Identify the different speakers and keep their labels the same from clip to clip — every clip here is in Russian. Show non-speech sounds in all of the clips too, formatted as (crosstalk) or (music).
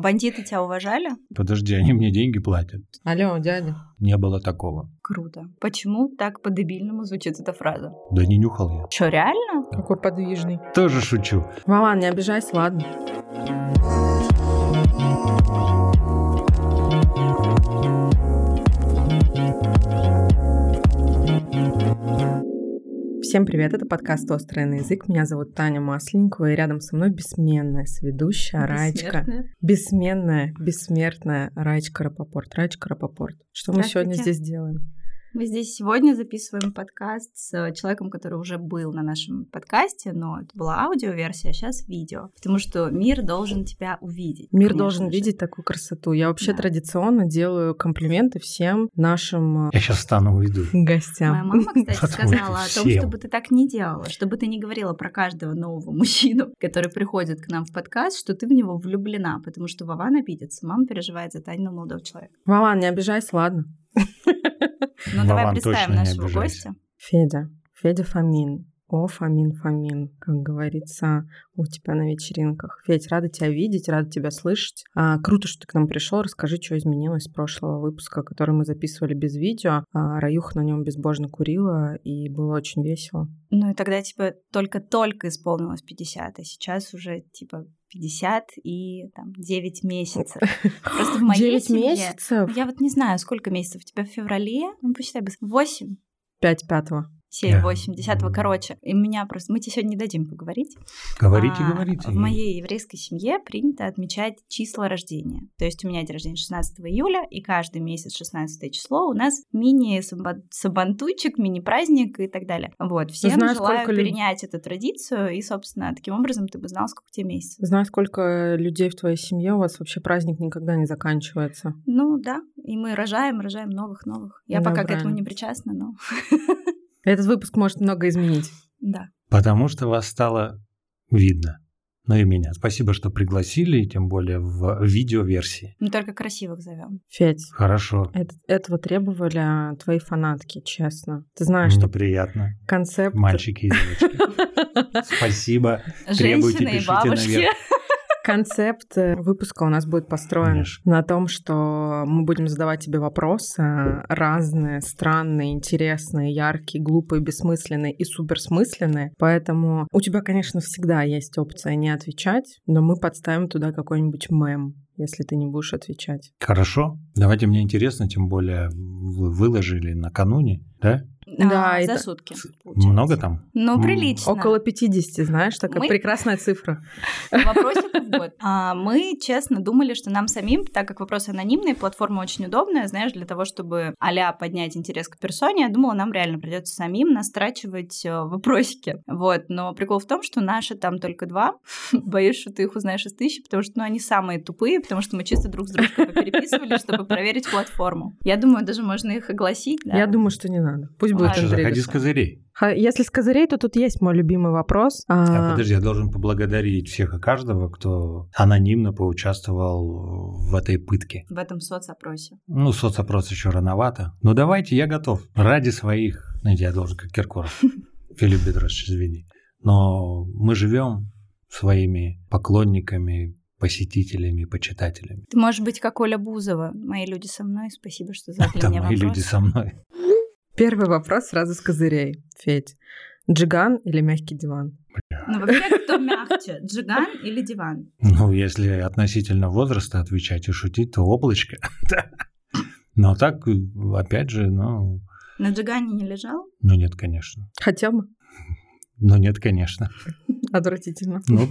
Speaker 1: бандиты тебя уважали?
Speaker 2: Подожди, они мне деньги платят.
Speaker 3: Алло, дядя.
Speaker 2: Не было такого.
Speaker 1: Круто. Почему так по-дебильному звучит эта фраза?
Speaker 2: Да не нюхал я.
Speaker 1: Чё, реально?
Speaker 3: Какой подвижный.
Speaker 2: Тоже шучу.
Speaker 3: Вован, не обижайся, ладно. Всем привет, это подкаст «Острый на язык». Меня зовут Таня Масленникова, и рядом со мной бессменная сведущая Раечка.
Speaker 1: Бессмертная.
Speaker 3: Бессменная, бессмертная Раечка Рапопорт. Раечка Рапопорт. Что мы сегодня
Speaker 1: Здравствуйте.
Speaker 3: здесь делаем?
Speaker 1: Мы здесь сегодня записываем подкаст с э, человеком, который уже был на нашем подкасте, но это была аудиоверсия, а сейчас видео. Потому что мир должен тебя увидеть.
Speaker 3: Мир
Speaker 1: конечно
Speaker 3: должен
Speaker 1: же.
Speaker 3: видеть такую красоту. Я вообще
Speaker 1: Да.
Speaker 3: традиционно делаю комплименты всем
Speaker 1: (laughs)
Speaker 3: нашим э,
Speaker 2: Я сейчас встану уйду.
Speaker 1: Моя
Speaker 3: гостям.
Speaker 1: мама, кстати,
Speaker 2: Вот
Speaker 1: сказала о том,
Speaker 2: всем.
Speaker 1: чтобы ты так не делала, чтобы ты не говорила про каждого нового мужчину, (laughs) который приходит к нам в подкаст, что ты в него влюблена, потому что Вован обидится, мама переживает за Танина молодого человека.
Speaker 3: Вован, не обижайся, ладно.
Speaker 1: Ну, давай
Speaker 2: Вован
Speaker 1: представим
Speaker 2: точно не
Speaker 1: нашего
Speaker 2: обижайся.
Speaker 1: гостя.
Speaker 3: Федя. Федя Фомин. О, Фомин, Фомин, как говорится у тебя на вечеринках. Федь, рада тебя видеть, рада тебя слышать. А, круто, что ты к нам пришел. Расскажи, что изменилось с прошлого выпуска, который мы записывали без видео. А, Раюха на нем безбожно курила, и было очень весело.
Speaker 1: Ну и тогда тебе только-только исполнилось 50, а сейчас уже типа 50 и там 9 месяцев. Просто в моей
Speaker 3: Девять
Speaker 1: семье-
Speaker 3: месяцев?
Speaker 1: Я вот не знаю, сколько месяцев у тебя в феврале, ну посчитай, 8,
Speaker 3: Пять пятого.
Speaker 1: 7,
Speaker 2: Я-
Speaker 1: 8, 10, короче. И меня просто, мы тебе сегодня не дадим поговорить.
Speaker 2: Говорите,
Speaker 1: А,
Speaker 2: говорите.
Speaker 1: В моей еврейской семье принято отмечать числа рождения. То есть у меня день рождения 16 июля, и каждый месяц 16 число у нас мини-сабантуйчик, мини-праздник и так далее. Вот, всем
Speaker 3: Знаю,
Speaker 1: желаю
Speaker 3: сколько люд-
Speaker 1: перенять эту традицию, и, собственно, таким образом ты бы знал, сколько тебе месяцев.
Speaker 3: Знаю, сколько людей в твоей семье, у вас вообще праздник никогда не заканчивается.
Speaker 1: Ну да, и мы рожаем, рожаем новых-новых. Я
Speaker 3: Да,
Speaker 1: пока к
Speaker 3: правильно.
Speaker 1: этому не причастна, но (laughs)
Speaker 3: Этот выпуск может много изменить.
Speaker 1: да.
Speaker 2: Потому что вас стало видно. Ну и меня. Спасибо, что пригласили, и тем более в видеоверсии.
Speaker 1: Мы только красивых зовем.
Speaker 3: Федь,
Speaker 2: Хорошо.
Speaker 3: это- этого требовали а, твои фанатки, честно. Ты знаешь,
Speaker 2: Мне
Speaker 3: что
Speaker 2: приятно.
Speaker 3: концепт... (laughs)
Speaker 2: Мальчики
Speaker 1: (laughs)
Speaker 2: и девочки. Спасибо. Требуйте,
Speaker 1: Женщины и
Speaker 2: пишите
Speaker 1: бабушки.
Speaker 2: наверх.
Speaker 3: Концепт э, выпуска у нас будет построен
Speaker 2: Конечно.
Speaker 3: на том, что мы будем задавать тебе вопросы э, разные, странные, интересные, яркие, глупые, бессмысленные и суперсмысленные. Поэтому у тебя, конечно, всегда есть опция не отвечать, но мы подставим туда какой-нибудь мем, если ты не будешь отвечать.
Speaker 2: Хорошо. Давайте мне интересно, тем более вы выложили накануне, да?
Speaker 3: Да,
Speaker 1: А,
Speaker 3: и
Speaker 1: За
Speaker 3: та-
Speaker 1: сутки. получается.
Speaker 2: Много там?
Speaker 1: Ну,
Speaker 2: М,
Speaker 1: прилично.
Speaker 3: Около 50, знаешь, такая
Speaker 1: Мы-
Speaker 3: прекрасная цифра.
Speaker 1: вопросиков в год. (laughs) А, мы честно думали, что нам самим, так как вопросы анонимные, платформа очень удобная, знаешь, для того, чтобы а поднять интерес к персоне, я думала, нам реально придется самим настрачивать э, вопросики. Вот, но прикол в том, что наши там только два. (laughs) Боюсь, что ты их узнаешь из тысячи, потому что ну, они самые тупые, потому что мы чисто друг с дружкой переписывали, чтобы проверить платформу. Я думаю, даже можно их огласить. да.
Speaker 3: Я думаю, что не надо. Пусть
Speaker 1: Ну
Speaker 3: будет
Speaker 1: ладно.
Speaker 2: Что, заходи
Speaker 3: Андрей.
Speaker 2: с козырей.
Speaker 3: Ха- Если с козырей, то тут есть мой любимый вопрос.
Speaker 2: А,
Speaker 3: А,
Speaker 2: подожди, я должен поблагодарить всех и каждого, кто анонимно поучаствовал в этой пытке.
Speaker 1: в этом соцопросе.
Speaker 2: Ну, соцопрос еще рановато. Но давайте, я готов. Ради своих, знаете, я должен как Киркоров. Филипп Бедрович, извини. Но мы живем своими поклонниками, посетителями, почитателями.
Speaker 1: Ты можешь быть как Оля Бузова. Мои люди со мной. Спасибо, что задали
Speaker 2: Там
Speaker 1: мне
Speaker 2: мои
Speaker 1: вопрос.
Speaker 2: люди со мной.
Speaker 3: Первый вопрос сразу с козырей, Федь. Джиган или мягкий диван?
Speaker 1: Ну, вообще, кто мягче, джиган или диван?
Speaker 2: Ну, если относительно возраста отвечать и шутить, то облачко. (laughs) Но так, э, опять же, ну,
Speaker 1: На джигане не лежал?
Speaker 2: ну нет, конечно.
Speaker 3: Хотел бы.
Speaker 2: Ну нет, конечно.
Speaker 3: Отвратительно.
Speaker 1: (laughs)
Speaker 2: Ну,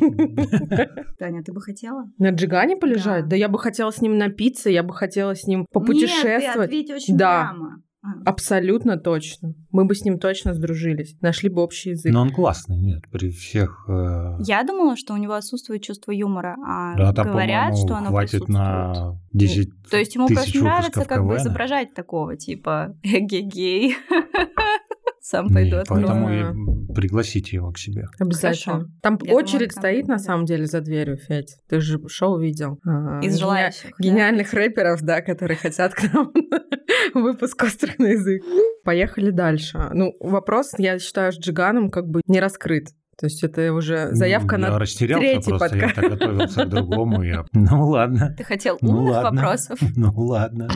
Speaker 1: Таня, ты бы хотела?
Speaker 3: На Джигане полежать?
Speaker 1: Да.
Speaker 3: Да. я бы хотела с ним напиться, я бы хотела с ним
Speaker 1: Нет, ты
Speaker 3: попутешествовать.
Speaker 1: ответь очень
Speaker 3: Да.
Speaker 1: прямо. А,
Speaker 3: Абсолютно точно. Мы бы с ним точно сдружились. Нашли бы общий язык.
Speaker 2: но ну, он классный, нет, при всех... э,
Speaker 1: Я думала, что у него отсутствует чувство юмора, а
Speaker 2: Да, там,
Speaker 1: говорят,
Speaker 2: по-моему,
Speaker 1: что оно
Speaker 2: хватит
Speaker 1: присутствует. Ну,
Speaker 2: на 10
Speaker 1: То есть ему
Speaker 2: тысяч
Speaker 1: просто нравится
Speaker 2: выпусков
Speaker 1: как бы
Speaker 2: КВН.
Speaker 1: изображать такого, типа, гей-гей, (laughs) сам пойду
Speaker 2: Не,
Speaker 1: открою.
Speaker 2: Поэтому и пригласите его к себе.
Speaker 3: Обязательно.
Speaker 1: Хорошо.
Speaker 3: Там
Speaker 1: Я думаю,
Speaker 3: очередь
Speaker 1: там
Speaker 3: стоит на
Speaker 1: будет.
Speaker 3: самом деле за дверью, Федь. Ты же шел видел. А,
Speaker 1: Из
Speaker 3: гениа-
Speaker 1: желающих. да.
Speaker 3: Гениальных рэперов, да, которые хотят к нам (laughs) выпуск «Острый на язык». Поехали дальше. Ну, вопрос, я считаю, с Джиганом как бы не раскрыт. То есть это уже
Speaker 2: Ну
Speaker 3: заявка
Speaker 2: я
Speaker 3: на...
Speaker 2: растерялся
Speaker 3: третий
Speaker 2: просто,
Speaker 3: подкаст.
Speaker 2: я так готовился к другому. Я... (laughs) Ну ладно,
Speaker 1: Ты хотел
Speaker 2: Ну
Speaker 1: умных
Speaker 2: ладно.
Speaker 1: вопросов.
Speaker 2: ну ладно.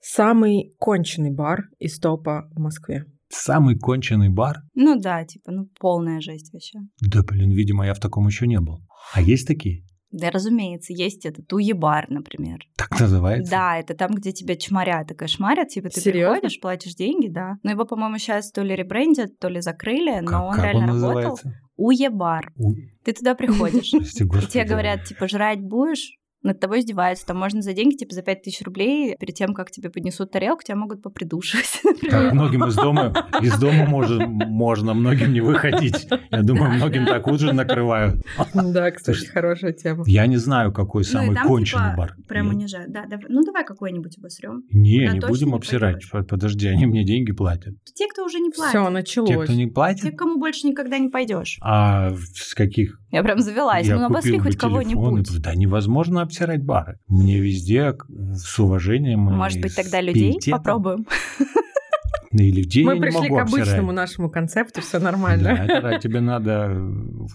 Speaker 3: Самый конченый бар из топа
Speaker 2: (laughs)
Speaker 3: в Москве.
Speaker 2: Самый конченый бар?
Speaker 1: Ну да, типа, ну полная жесть вообще.
Speaker 2: Да, блин, видимо, я в таком еще не был. А есть такие?
Speaker 1: Да, разумеется, есть этот уебар, например.
Speaker 2: Так называется?
Speaker 1: Да, это там, где тебя чморят и кошмарят. Типа ты
Speaker 3: Серьёзно?
Speaker 1: приходишь, платишь деньги, да. Но его, по-моему, сейчас то ли ребрендят, то ли закрыли,
Speaker 2: Как,
Speaker 1: но он
Speaker 2: как
Speaker 1: реально
Speaker 2: он
Speaker 1: работал.
Speaker 2: называется?
Speaker 1: Уебар.
Speaker 2: У-
Speaker 1: Ты туда
Speaker 2: (laughs)
Speaker 1: приходишь.
Speaker 2: Прости,
Speaker 1: И тебе
Speaker 2: господи.
Speaker 1: говорят, типа, жрать будешь? Над тобой издеваются. Там можно за деньги, типа, за 5000 рублей, перед тем, как тебе поднесут тарелку, тебя могут попридушивать. (laughs)
Speaker 2: Так
Speaker 1: например.
Speaker 2: многим из дома, из дома можно, можно многим не выходить. Я думаю, многим так ужин накрывают.
Speaker 3: Да, кстати,
Speaker 2: Слушай,
Speaker 3: хорошая тема.
Speaker 2: Я не знаю, какой
Speaker 1: Ну, и
Speaker 2: самый
Speaker 1: там,
Speaker 2: конченый
Speaker 1: типа,
Speaker 2: бар.
Speaker 1: Прям унижают. Да, давай- ну давай какой-нибудь обосрем.
Speaker 2: Не,
Speaker 1: Куда
Speaker 2: не
Speaker 1: точно
Speaker 2: будем
Speaker 1: не
Speaker 2: обсирать.
Speaker 1: пойдёшь.
Speaker 2: Подожди, они мне деньги платят.
Speaker 1: Те, кто уже не
Speaker 3: Все,
Speaker 1: платит.
Speaker 2: Те,
Speaker 3: началось.
Speaker 2: кто не
Speaker 1: Те, к
Speaker 2: платит,
Speaker 1: кому больше никогда не пойдешь.
Speaker 2: а с каких
Speaker 1: Я прям завелась.
Speaker 2: я
Speaker 1: ну, обосли
Speaker 2: купил бы
Speaker 1: хоть
Speaker 2: телефон, и
Speaker 1: кого-нибудь.
Speaker 2: бы- Да невозможно обсирать бары. Мне везде к- с уважением и
Speaker 1: Может быть,
Speaker 2: с
Speaker 1: тогда людей
Speaker 2: пиететом.
Speaker 1: попробуем.
Speaker 2: И людей
Speaker 3: Мы
Speaker 2: я не
Speaker 3: пришли
Speaker 2: могу
Speaker 3: к
Speaker 2: обсирать.
Speaker 3: обычному нашему концепту, все
Speaker 2: Да,
Speaker 3: нормально.
Speaker 2: это да, тебе надо,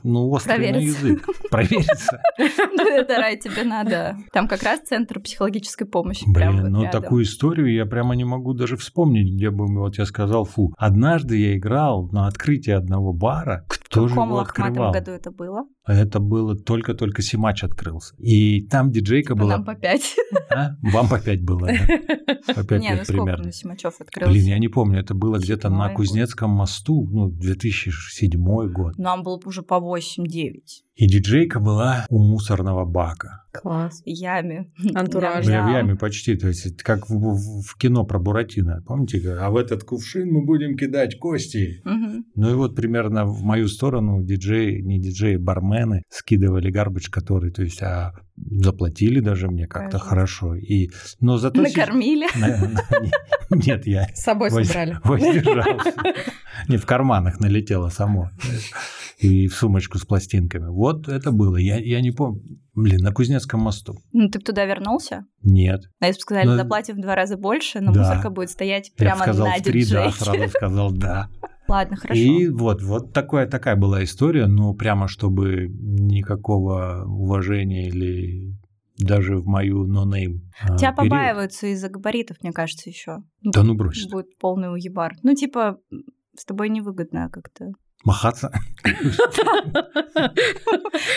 Speaker 2: ну, острый на
Speaker 1: Провериться. (laughs)
Speaker 2: язык. Провериться.
Speaker 1: Это рай, тебе надо. Там как раз центр психологической помощи. прям
Speaker 2: Блин,
Speaker 1: вот
Speaker 2: ну
Speaker 1: рядом.
Speaker 2: такую историю я прямо не могу даже вспомнить, где бы вот я сказал фу. Однажды я играл на открытии одного бара. Кто
Speaker 1: В
Speaker 2: же
Speaker 1: каком
Speaker 2: его
Speaker 1: лохматом
Speaker 2: открывал? А
Speaker 1: году это было?
Speaker 2: Это было только-только Симач открылся. И там диджейка
Speaker 1: По
Speaker 2: была...
Speaker 1: Нам по пять.
Speaker 2: А? Вам по пять
Speaker 1: (laughs)
Speaker 2: было, да? По (laughs) пять
Speaker 1: Не,
Speaker 2: лет
Speaker 1: ну сколько
Speaker 2: примерно.
Speaker 1: на Симачев
Speaker 2: Блин,
Speaker 1: открылся?
Speaker 2: я не помню, это было где-то
Speaker 1: Седьмой
Speaker 2: на
Speaker 1: год.
Speaker 2: Кузнецком мосту, ну, 2007 год.
Speaker 1: Нам было уже по 8-9.
Speaker 2: И диджейка была у мусорного бака.
Speaker 3: (laughs) Класс.
Speaker 1: Яме.
Speaker 3: Антураж.
Speaker 2: Бля, Ну, в
Speaker 1: Ям-ям.
Speaker 2: яме почти, то есть это как в, в- в кино про Буратино, помните? как, А в этот кувшин мы будем кидать кости.
Speaker 1: Мгм.
Speaker 2: Ну и вот примерно в мою сторону диджеи, не диджеи, бармены скидывали гарбич, который, то есть, а заплатили даже мне как-то
Speaker 1: Конечно.
Speaker 2: хорошо. И, но зато... сейчас-
Speaker 1: Накормили.
Speaker 2: (laughs) На- на- Нет, я
Speaker 3: С собой
Speaker 2: Воз-
Speaker 3: собрали.
Speaker 1: (laughs)
Speaker 2: Воздержался. Не в карманах налетело само. И в сумочку с пластинками. Вот это было. Я, я не помню. Блин, на Кузнецком мосту.
Speaker 1: Ну, ты бы туда вернулся?
Speaker 2: Нет.
Speaker 1: А если бы сказали,
Speaker 2: Ну,
Speaker 1: заплатим в два раза больше, но
Speaker 2: да.
Speaker 1: мусорка будет стоять
Speaker 2: Я бы
Speaker 1: прямо
Speaker 2: сказал
Speaker 1: на
Speaker 2: в три, да,
Speaker 1: диджейке.
Speaker 2: сразу сказал да.
Speaker 1: (laughs) Ладно, хорошо.
Speaker 2: И вот, вот такая, такая была история, но прямо чтобы никакого уважения или даже в мою нонейм а,
Speaker 1: Тебя
Speaker 2: период.
Speaker 1: побаиваются из-за габаритов, мне кажется, еще.
Speaker 2: Да ну брось. ты.
Speaker 1: Будет полный уебар. Ну, типа, м, с тобой невыгодно как-то.
Speaker 2: Махаться.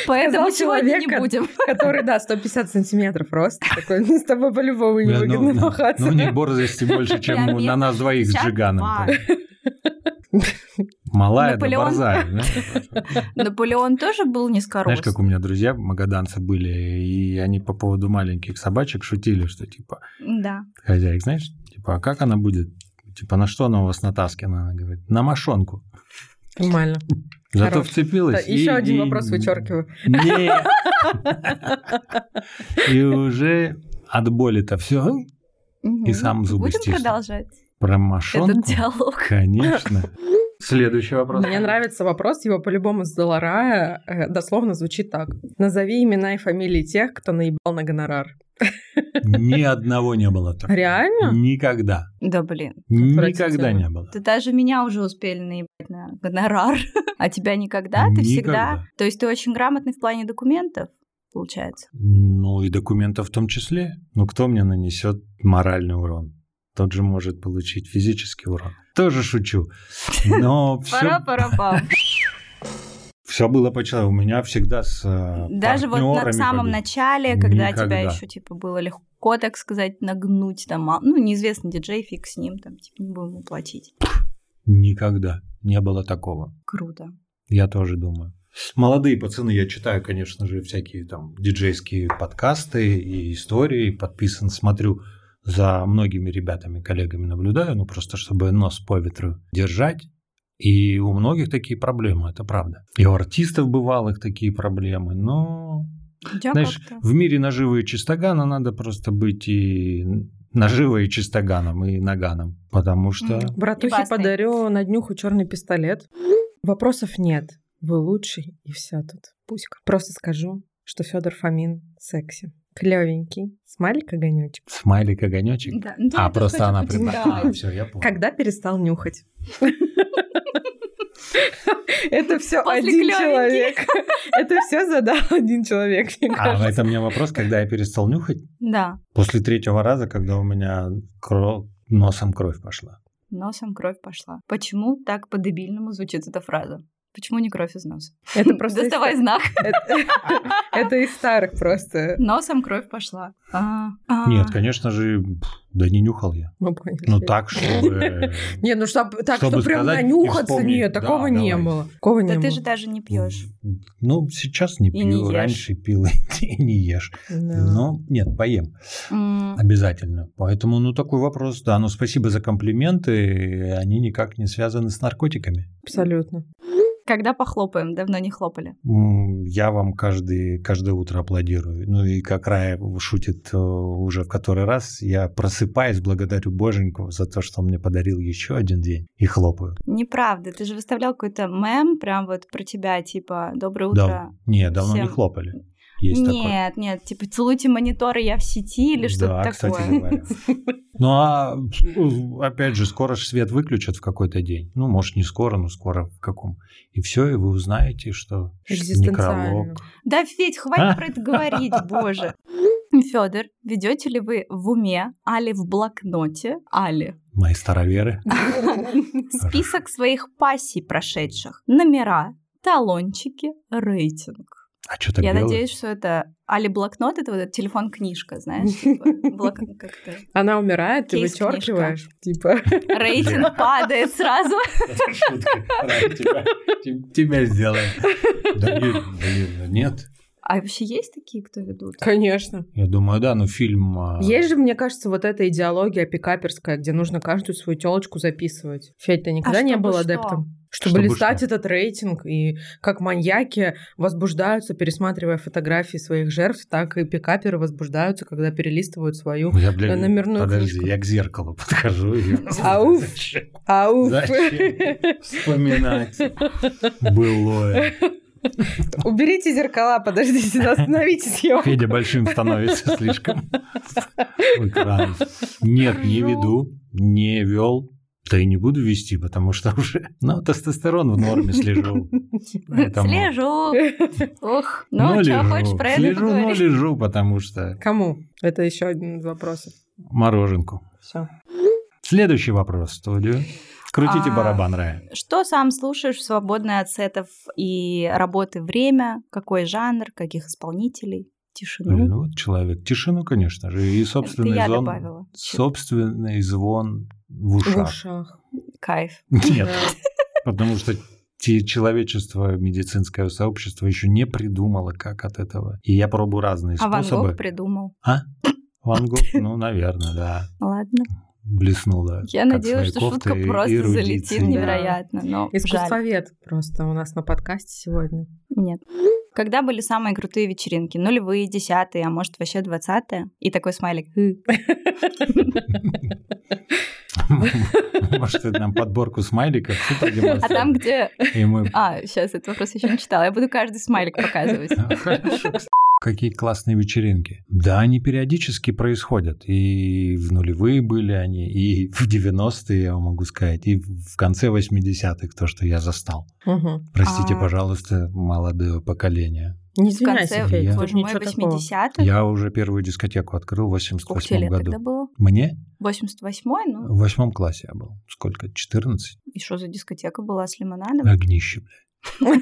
Speaker 1: Поэтому
Speaker 3: Сказал
Speaker 1: сегодня не
Speaker 2: (laughs)
Speaker 3: человек,
Speaker 1: будем.
Speaker 3: (laughs) Который, да, 150 сантиметров рост. Такой, ну, с тобой по-любому
Speaker 2: Бля, ну,
Speaker 3: невыгодно
Speaker 2: ну,
Speaker 3: махаться.
Speaker 2: Ну, не борзости больше, чем
Speaker 1: Я
Speaker 2: у- на нас двоих с
Speaker 1: 52.
Speaker 2: Джиганом. Малая, да
Speaker 1: Наполеон.
Speaker 2: борзая. да?
Speaker 1: (laughs) Наполеон тоже был
Speaker 2: Знаешь,
Speaker 1: низкорослый.
Speaker 2: как у меня друзья магаданцы были, и они по поводу маленьких собачек шутили, что типа
Speaker 1: Да.
Speaker 2: хозяйка, знаешь, типа, а как она будет? Типа, на что она у вас натаскана? Она говорит, на мошонку.
Speaker 3: Нормально.
Speaker 2: Зато
Speaker 3: Хорош.
Speaker 2: вцепилась. и-
Speaker 3: Еще один
Speaker 2: и-
Speaker 3: вопрос вычеркиваю.
Speaker 2: Не. (laughs) И уже от боли-то все
Speaker 1: Мгм.
Speaker 2: сам зубы
Speaker 1: Будем
Speaker 2: стиснул.
Speaker 1: продолжать
Speaker 2: про мошонку.
Speaker 1: этот диалог.
Speaker 2: Конечно. Следующий вопрос.
Speaker 3: Мне нравится вопрос, его по-любому задала Рая. Э, Дословно звучит так. Назови имена и фамилии тех, кто наебал на гонорар.
Speaker 2: Ни одного не было такого.
Speaker 3: Реально?
Speaker 2: Никогда.
Speaker 1: Да блин,
Speaker 2: Никогда не было.
Speaker 1: ты даже меня уже успели наебать на гонорар, (laughs) а тебя никогда, ты всегда.
Speaker 2: Никогда.
Speaker 1: То есть ты очень грамотный в плане документов, получается.
Speaker 2: Ну и документов в том числе. Ну кто мне нанесет моральный урон? Тот же может получить физический урон. Тоже шучу. Но
Speaker 1: Пора,
Speaker 2: все,
Speaker 1: пора,
Speaker 2: (laughs)
Speaker 1: пам.
Speaker 2: было по человеку. У меня всегда с э,
Speaker 1: Даже вот на
Speaker 2: партнёрами
Speaker 1: самом
Speaker 2: побед-
Speaker 1: начале, когда тебя
Speaker 2: Никогда.
Speaker 1: еще типа было легко, так сказать, нагнуть там, а, ну неизвестный диджей, фиг с ним, там типа не будем уплатить.
Speaker 2: Никогда не было такого.
Speaker 1: Круто.
Speaker 2: Я тоже думаю. Молодые пацаны, я читаю, конечно же, всякие там диджейские подкасты и истории, подписан, смотрю за многими ребятами, коллегами наблюдаю, ну просто чтобы нос по ветру держать. И у многих такие проблемы, это правда. И у артистов бывалых такие проблемы, но...
Speaker 1: У тебя
Speaker 2: знаешь,
Speaker 1: как-то.
Speaker 2: в мире наживы и чистогана надо просто быть и наживой и чистоганом, и наганом, потому что...
Speaker 1: Мгм.
Speaker 3: Братухе
Speaker 1: Ебасный.
Speaker 3: подарю на днюху черный пистолет. Вопросов нет. Вы лучший, и все тут. Пусть. Просто скажу, что Федор Фомин секси. Клевенький. Смайлик огонечек.
Speaker 2: Смайлик, огонечек.
Speaker 1: Да, ну, я
Speaker 2: А,
Speaker 1: это
Speaker 2: просто
Speaker 1: хочу
Speaker 2: она
Speaker 1: почитать.
Speaker 2: прибавила. Все, я понял.
Speaker 3: Когда перестал нюхать? Это все
Speaker 1: После
Speaker 3: один
Speaker 1: клёвеньких.
Speaker 3: человек. Это все задал один человек, мне
Speaker 2: А
Speaker 3: кажется.
Speaker 2: это у меня вопрос, когда я перестал нюхать?
Speaker 1: Да,
Speaker 2: После третьего раза, когда у меня кро- носом кровь пошла.
Speaker 1: носом кровь пошла. Почему так по-дебильному звучит эта фраза? Почему не кровь из носа?
Speaker 3: Это Ну, просто... из-
Speaker 1: Доставай знак.
Speaker 3: это- Э, (laughs) Это из старых просто.
Speaker 1: Носом кровь пошла. А, а.
Speaker 2: Нет, конечно же, пф, да не нюхал я.
Speaker 3: Мы поняли.
Speaker 2: Ну
Speaker 1: (laughs)
Speaker 2: так, чтобы...
Speaker 3: Не, ну чтоб, так,
Speaker 2: Чтобы
Speaker 3: что прям
Speaker 2: сказать и
Speaker 3: нанюхаться,
Speaker 2: вспомнить.
Speaker 3: нет,
Speaker 2: Да,
Speaker 3: такого не
Speaker 2: давай.
Speaker 3: было. Такого не
Speaker 1: Да ты
Speaker 3: было.
Speaker 1: же даже не пьешь.
Speaker 2: Ну, сейчас не
Speaker 1: И не
Speaker 2: пью,
Speaker 1: ешь.
Speaker 2: раньше пил и (laughs) не ешь.
Speaker 3: Да.
Speaker 2: Но нет, поем. Обязательно. Поэтому, ну, такой вопрос, да. Ну, спасибо за комплименты. Они никак не связаны с наркотиками.
Speaker 3: Абсолютно.
Speaker 1: Когда похлопаем, давно не хлопали.
Speaker 2: М, Я вам каждый, каждое утро аплодирую. Ну и как Рая шутит э, уже в который раз, я просыпаюсь, благодарю Боженьку за то, что он мне подарил еще один день и хлопаю.
Speaker 1: Неправда, ты же выставлял какой-то мем прям вот про тебя, типа «Доброе утро».
Speaker 2: Да. Не, давно не
Speaker 1: Всем.
Speaker 2: хлопали. Есть такое.
Speaker 1: нет, нет, типа «Целуйте мониторы, я в сети» или что-то
Speaker 2: да,
Speaker 1: такое.
Speaker 2: кстати говоря. Ну а э, опять же, скоро ж свет выключат в какой-то день. Ну, может, не скоро, но скоро в каком. И все, и вы узнаете, что
Speaker 3: Экзистенциально. (laughs)
Speaker 2: некролог.
Speaker 1: Да, Федь,
Speaker 2: А?
Speaker 1: хватит про это говорить, боже. Федор, ведете ли вы в уме, али в блокноте, али
Speaker 2: Мои староверы.
Speaker 1: список своих пассий прошедших, номера, талончики, рейтинг.
Speaker 2: А что так
Speaker 1: Я
Speaker 2: делают?
Speaker 1: надеюсь, что это али блокнот, это вот этот телефон-книжка, знаешь, типа, блок- как
Speaker 2: (laughs)
Speaker 1: это,
Speaker 3: Она умирает, ты
Speaker 1: Кейс-книжка.
Speaker 3: вычеркиваешь. Типа,
Speaker 1: рейтинг падает сразу.
Speaker 2: Это шутка. Рад тебя, те- тебя сделаем. Да нет, блин, нет.
Speaker 1: А вообще есть такие, кто ведут?
Speaker 3: конечно.
Speaker 2: Я думаю, да, но фильм... а,
Speaker 3: Есть же, мне кажется, вот эта идеология пикаперская, где нужно каждую свою телочку записывать. Федь, ты никогда не
Speaker 1: А чтобы
Speaker 3: был
Speaker 1: что?
Speaker 3: адептом? Чтобы,
Speaker 2: Чтобы
Speaker 3: листать
Speaker 2: что?
Speaker 3: этот рейтинг, и как маньяки возбуждаются, пересматривая фотографии своих жертв, так и пикаперы возбуждаются, когда
Speaker 2: (laughs)
Speaker 3: перелистывают свою...
Speaker 2: Я, блин,
Speaker 3: номерную
Speaker 2: подожди,
Speaker 3: книжку.
Speaker 2: я к зеркалу подхожу и...
Speaker 3: Ауф. Ау!
Speaker 2: Зачем вспоминать былое?
Speaker 3: (laughs) Уберите зеркала, подождите, (laughs) остановите съемку.
Speaker 2: Федя большим становится слишком в экран. Нет, не
Speaker 1: ну.
Speaker 2: веду, не вел. Да и не буду вести, потому что уже... Ну, тестостерон в норме слежу. Поэтому-
Speaker 1: Слежу. Ух, ну, что
Speaker 2: лежу,
Speaker 1: хочешь про это
Speaker 2: слежу, но
Speaker 1: поговорить?
Speaker 2: лежу, потому что
Speaker 3: Кому? Это еще один из вопросов.
Speaker 2: мороженку.
Speaker 3: Все.
Speaker 2: Следующий вопрос в студию. Крутите
Speaker 1: А.
Speaker 2: барабан, Рая.
Speaker 1: Что сам слушаешь в свободное от сетов и работы время? Какой жанр? Каких исполнителей?
Speaker 2: Блин,
Speaker 1: Тишину?
Speaker 2: ну вот человек. Тишину, конечно же. И
Speaker 1: Это
Speaker 2: собственный
Speaker 1: я
Speaker 2: звон.
Speaker 1: добавила.
Speaker 2: Собственный звон в
Speaker 3: В
Speaker 2: ушах.
Speaker 3: ушах.
Speaker 1: Кайф.
Speaker 2: (laughs) Нет,
Speaker 3: Да.
Speaker 2: потому что те- человечество, медицинское сообщество еще не придумало, как от этого. И я пробую разные
Speaker 1: А Ван
Speaker 2: способы.
Speaker 1: Гог придумал. (laughs)
Speaker 2: Ван Гог, ну, наверное, да.
Speaker 1: Ладно.
Speaker 2: Блеснула.
Speaker 1: Я
Speaker 2: как
Speaker 1: надеялась,
Speaker 2: своей
Speaker 1: что
Speaker 2: кофтой
Speaker 1: шутка просто
Speaker 2: эрудицией.
Speaker 1: залетит невероятно, но жаль.
Speaker 3: Искусствовед просто у нас на подкасте сегодня.
Speaker 1: Нет. Когда были самые крутые вечеринки? Нулевые, десятые, а может вообще двадцатые? И такой смайлик. «Хы».
Speaker 2: (laughs) Может, это нам подборку смайликов?
Speaker 1: А там, где...
Speaker 2: И мы
Speaker 1: А, сейчас этот вопрос еще не читала. Я буду каждый смайлик
Speaker 2: (laughs)
Speaker 1: показывать.
Speaker 2: Какие классные вечеринки. Да, они периодически происходят. И в нулевые были они, и в 90-е, я вам могу сказать, и в конце 80-х, то, что я застал.
Speaker 3: Мгм.
Speaker 2: Простите,
Speaker 1: А.
Speaker 2: пожалуйста, молодое поколение.
Speaker 3: Не
Speaker 1: В конце,
Speaker 3: извиняйся,
Speaker 2: Федь,
Speaker 3: Федь,
Speaker 2: я-
Speaker 3: тут
Speaker 1: боже мой,
Speaker 3: ничего такого.
Speaker 1: 80-х.
Speaker 2: Я уже первую дискотеку открыл в
Speaker 1: Сколько тебе
Speaker 2: 88
Speaker 1: лет тогда
Speaker 2: году.
Speaker 1: было?
Speaker 2: Мне
Speaker 1: 88-й, ну
Speaker 2: в восьмом классе я был. Сколько? 14?
Speaker 1: и что за дискотека была с лимонадом?
Speaker 2: Огнище, блядь.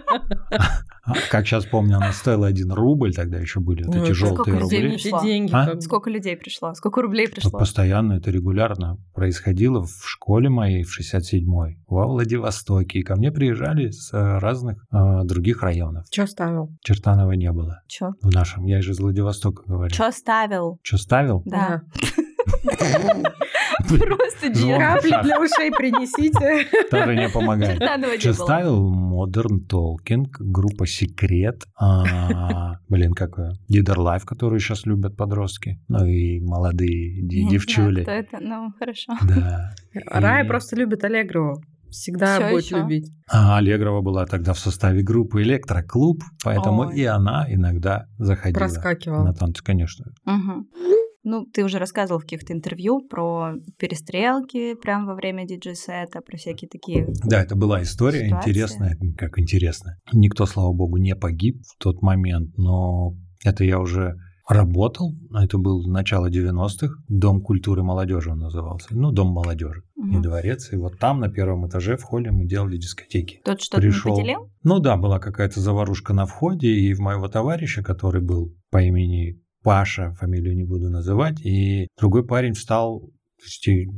Speaker 1: (laughs)
Speaker 2: А, Как сейчас помню, она стоила 1 рубль, тогда еще были вот
Speaker 3: Ну,
Speaker 2: эти
Speaker 3: это
Speaker 2: желтые
Speaker 1: сколько людей
Speaker 2: рубли.
Speaker 1: не шла?
Speaker 3: деньги.
Speaker 2: А?
Speaker 3: как бы.
Speaker 1: Сколько людей пришло? Сколько рублей
Speaker 2: Ну,
Speaker 1: пришло?
Speaker 2: Постоянно это регулярно происходило в школе моей в 67-й во Владивостоке. И ко мне приезжали с э, разных э, других районов.
Speaker 3: Чё ставил?
Speaker 2: Чертанова не было
Speaker 1: Чё?
Speaker 2: в нашем. Я же из Владивостока говорю.
Speaker 1: Чё ставил?
Speaker 2: Чё ставил?
Speaker 1: Да.
Speaker 2: Блин,
Speaker 1: (laughs) Просто
Speaker 2: Звон.
Speaker 1: дед.
Speaker 3: Капли (laughs) для ушей принесите.
Speaker 2: Тоже не помогает.
Speaker 1: Чертанова не
Speaker 2: Чё
Speaker 1: было.
Speaker 2: ставил? Modern Talking, группа Секрет. а, Блин, как её, Leader Life, которую сейчас любят подростки. Ну и молодые
Speaker 1: Я
Speaker 2: ди-
Speaker 1: не
Speaker 2: девчули.
Speaker 1: знаю, Ну кто это, ну хорошо.
Speaker 2: Да.
Speaker 3: Рая
Speaker 2: И-
Speaker 3: просто любит Аллегрову. Всегда
Speaker 1: Всё
Speaker 3: будет
Speaker 1: ещё.
Speaker 3: любить.
Speaker 2: А Аллегрова была тогда в составе группы «Электроклуб», поэтому
Speaker 1: Ой.
Speaker 2: и она иногда заходила.
Speaker 3: Проскакивала.
Speaker 2: На танцы, конечно.
Speaker 1: Мгм. Ну, ты уже рассказывал в каких-то интервью про перестрелки прямо во время диджей-сета, про всякие такие...
Speaker 2: Да, это была история
Speaker 1: Ситуация.
Speaker 2: интересная, как интересная. Никто, слава богу, не погиб в тот момент, но это я уже работал, это было начало 90-х, Дом культуры молодежи он назывался, ну, Дом молодежи, не
Speaker 1: Мгм.
Speaker 2: дворец, и вот там на первом этаже в холле мы делали дискотеки.
Speaker 1: Тот что-то не
Speaker 2: пришел.
Speaker 1: поделил?
Speaker 2: Ну да, была какая-то заварушка на входе, и в моего товарища, который был по имени Паша, фамилию не буду называть, и другой парень встал, то есть и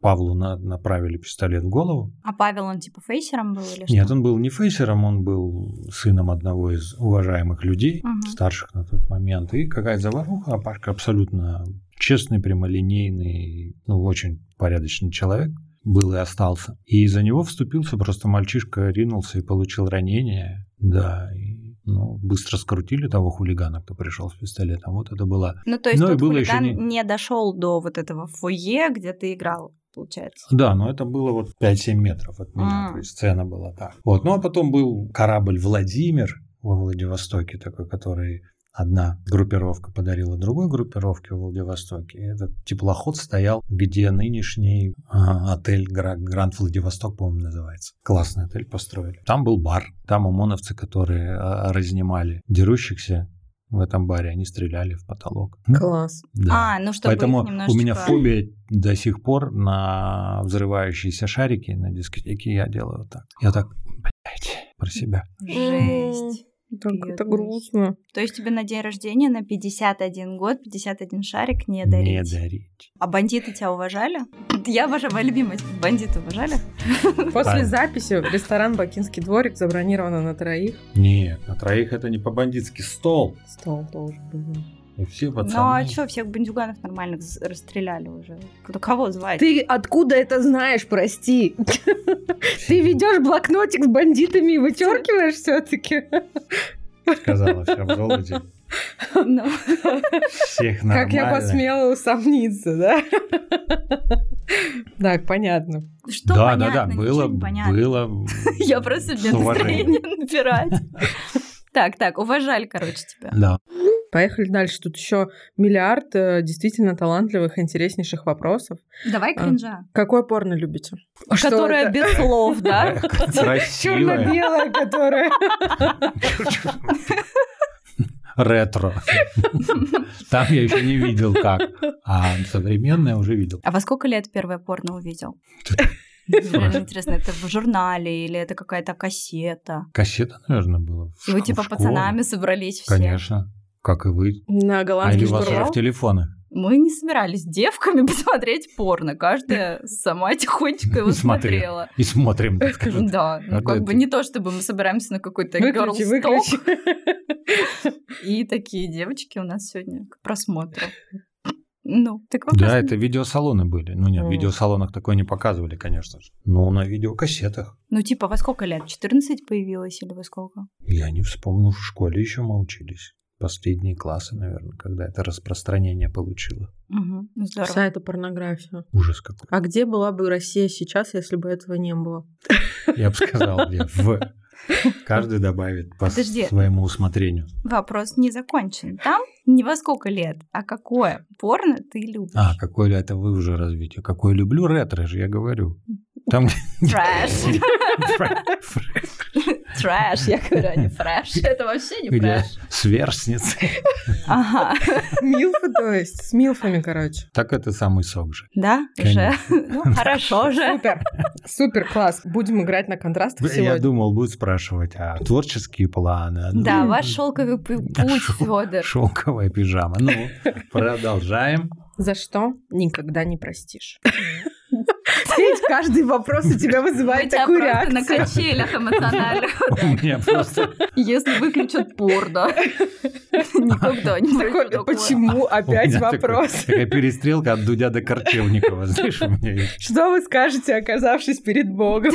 Speaker 2: Павлу на- направили пистолет в голову.
Speaker 1: А Павел, он типа фейсером был или
Speaker 2: Нет,
Speaker 1: что?
Speaker 2: он был не фейсером, он был сыном одного из уважаемых людей,
Speaker 1: Мгм.
Speaker 2: старших на тот момент. И какая-то заваруха, а Пашка абсолютно честный, прямолинейный, ну, очень порядочный человек был и остался. И из-за него вступился, просто мальчишка ринулся и получил ранение, да, и, ну, быстро скрутили того хулигана, кто пришел с пистолетом. Вот это была...
Speaker 1: Ну, то есть
Speaker 2: Ну, и
Speaker 1: тот
Speaker 2: было ещё
Speaker 1: хулиган не...
Speaker 2: не-
Speaker 1: дошел до вот этого фойе, где ты играл, получается.
Speaker 2: Да, но это было вот 5-7 метров от меня,
Speaker 1: А.
Speaker 2: то есть сцена была так. Вот, ну а потом был корабль «Владимир» во Владивостоке такой, который одна группировка подарила другой группировке в Владивостоке. И Этот теплоход стоял, где нынешний а, отель «Гра- Гранд Владивосток, по-моему, называется. Классный отель построили. Там был бар. Там ОМОНовцы, которые а, разнимали дерущихся в этом баре, они стреляли в потолок.
Speaker 3: Класс.
Speaker 2: Да.
Speaker 1: А, ну чтобы
Speaker 2: Поэтому
Speaker 1: их немножечко...
Speaker 2: у меня фобия до сих пор на взрывающиеся шарики на дискотеке я делаю так. Я так, блядь, про себя.
Speaker 1: Жесть.
Speaker 3: Так, это
Speaker 1: Бедность.
Speaker 3: грустно.
Speaker 1: То есть тебе на день рождения на 51 год 51 шарик не
Speaker 2: Не
Speaker 1: дарить.
Speaker 2: дарить.
Speaker 1: А бандиты тебя уважали? Я обожаю, моя любимая тема. бандиты уважали?
Speaker 3: После
Speaker 2: Правильно.
Speaker 3: записи в ресторан «Бакинский дворик» забронировано на троих.
Speaker 2: Нет, на троих это не по-бандитски стол.
Speaker 3: Стол должен быть.
Speaker 2: И все пацаны.
Speaker 1: Ну а что, всех бандюганов нормальных з- расстреляли уже. Кто кого звать?
Speaker 3: Ты откуда это знаешь, прости? Ты ведешь блокнотик с бандитами и вычеркиваешь все-таки.
Speaker 2: Сказала вся в золоте.
Speaker 1: (laughs) Ну,
Speaker 2: Всех нормально.
Speaker 3: Как я посмела усомниться, да? (laughs) Так, понятно.
Speaker 1: Что
Speaker 2: Да, да,
Speaker 1: понятно,
Speaker 2: да,
Speaker 1: ничего
Speaker 2: было,
Speaker 1: не понятно.
Speaker 2: было.
Speaker 1: (laughs) Я просто для
Speaker 2: с уважением.
Speaker 1: настроения напирать. Так, так, уважали, короче, тебя. (laughs)
Speaker 2: Да.
Speaker 3: Поехали дальше. Тут еще миллиард э, действительно талантливых, интереснейших вопросов.
Speaker 1: Давай
Speaker 3: А.
Speaker 1: кринжа.
Speaker 3: Какое порно любите? А Что
Speaker 1: Которая
Speaker 3: это?
Speaker 1: без слов,
Speaker 2: (laughs)
Speaker 1: да?
Speaker 2: Красивая.
Speaker 3: Черно-белое, которое...
Speaker 2: Ретро. Там я еще не видел как. А современное уже видел.
Speaker 1: А во сколько лет первое порно увидел?
Speaker 3: (laughs)
Speaker 2: Спрашивай.
Speaker 1: Мне Интересно, это в журнале или это какая-то кассета?
Speaker 2: Кассета, наверное, была. в
Speaker 1: И вы
Speaker 2: шко-
Speaker 1: типа
Speaker 2: в школе.
Speaker 1: пацанами собрались все.
Speaker 2: Конечно. Как и вы.
Speaker 3: На
Speaker 2: А или
Speaker 3: голландский
Speaker 2: у вас уже
Speaker 3: штурвал?
Speaker 2: в телефонах.
Speaker 1: Мы не собирались девками (laughs) посмотреть порно. Каждая сама (laughs) тихонечко его
Speaker 2: Смотрела.
Speaker 1: смотрела.
Speaker 2: И смотрим, так скажем.
Speaker 1: Да, ну
Speaker 2: А
Speaker 1: как
Speaker 2: это-
Speaker 1: бы не то, чтобы мы собираемся на какой-то
Speaker 3: Выключи,
Speaker 1: girls talk.
Speaker 3: выключи.
Speaker 1: И такие девочки у нас сегодня к просмотру. Ну, так вопрос.
Speaker 2: Да, это видеосалоны были. Ну, нет, в
Speaker 3: Мгм.
Speaker 2: видеосалонах такое не показывали, конечно же. Но на видеокассетах.
Speaker 1: Ну, типа, во сколько лет? 14 появилось или во сколько?
Speaker 2: Я не вспомню, в школе еще мы учились. Последние классы, наверное, когда это распространение получило.
Speaker 1: Угу. Ну, здорово.
Speaker 3: Вся эта порнография.
Speaker 2: Ужас какой.
Speaker 3: А где была бы Россия сейчас, если бы этого не было?
Speaker 2: Я бы сказал, где в. Каждый добавит по
Speaker 1: Подожди.
Speaker 2: своему усмотрению.
Speaker 1: Вопрос не закончен. Там не во сколько лет, а какое порно ты любишь?
Speaker 2: А, какое это вы уже развитие. Какое люблю ретро же,
Speaker 1: (laughs)
Speaker 2: я говорю. Там, где- (laughs)
Speaker 1: Трэш.
Speaker 2: Фрэ-
Speaker 1: Трэш, я говорю, а не фрэш. (laughs) Это вообще не
Speaker 2: где
Speaker 1: фрэш.
Speaker 2: сверстницы.
Speaker 1: Ага.
Speaker 3: Милфы, то есть. С милфами, короче.
Speaker 2: Так это самый сок же.
Speaker 1: Да, уже.
Speaker 2: Конечно.
Speaker 1: Ну, хорошо же.
Speaker 3: Супер. Супер, класс. Будем играть на контрастах
Speaker 2: Я
Speaker 3: сегодня.
Speaker 2: думал, будут спрашивать, а творческие планы? Ну,
Speaker 1: Да, ваш шелковый пу- путь,
Speaker 2: Шел-
Speaker 1: Федор.
Speaker 2: Шелковая пижама. Ну, продолжаем.
Speaker 3: За что никогда не простишь. Ведь каждый вопрос у тебя вызывает такую
Speaker 1: на
Speaker 3: реакцию.
Speaker 1: качелях эмоциональных.
Speaker 2: У меня просто...
Speaker 1: Если выключат порно. (laughs) Никогда не
Speaker 3: Такой,
Speaker 1: будет такого.
Speaker 3: Почему
Speaker 2: (laughs) у меня
Speaker 3: опять
Speaker 2: такой- (laughs)
Speaker 3: вопрос?
Speaker 2: Такая перестрелка от Дудя до Корчевникова. Знаешь, у меня есть.
Speaker 3: Что вы скажете, оказавшись перед Богом?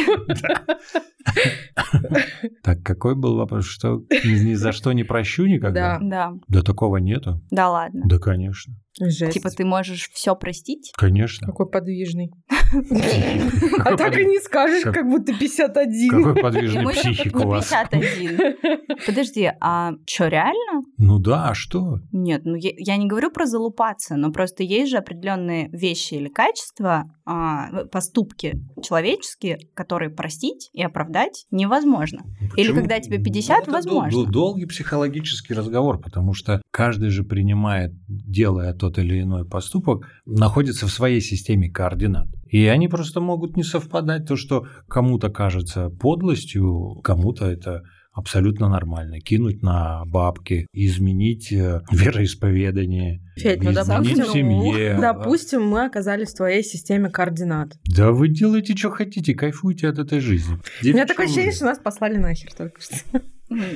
Speaker 2: Так, какой был вопрос? Что ни ни за что не прощу никогда?
Speaker 3: Да.
Speaker 1: Да,
Speaker 2: Да такого нету.
Speaker 1: да ладно.
Speaker 2: Да, конечно.
Speaker 3: Жесть.
Speaker 1: Типа ты можешь все простить?
Speaker 2: Конечно. (laughs)
Speaker 3: Типа, Какой подвижный. (laughs) А так и не скажешь, как будто 51.
Speaker 2: Какой подвижный
Speaker 1: Ему еще
Speaker 2: психик
Speaker 1: не
Speaker 2: у вас.
Speaker 1: 51. (laughs) Подожди, а что, реально?
Speaker 2: Ну да, а что?
Speaker 1: Нет, ну я, я не говорю про залупаться, но просто есть же определенные вещи или качества, а, поступки человеческие, которые простить и оправдать невозможно. Или когда тебе 50,
Speaker 2: Ну, это
Speaker 1: возможно.
Speaker 2: дол- дол- долгий психологический разговор, потому что каждый же принимает, делая тот или иной поступок, находится в своей системе координат. И они просто могут не совпадать. То, что кому-то кажется подлостью, кому-то это абсолютно нормально. Кинуть на бабки, изменить э, вероисповедание,
Speaker 3: Федь, ну
Speaker 2: изменить
Speaker 3: допустим,
Speaker 2: в семье.
Speaker 3: допустим, мы оказались в твоей системе координат.
Speaker 2: Да вы делайте, что хотите, кайфуйте от этой жизни.
Speaker 3: У меня такое ощущение, что нас послали нахер только что.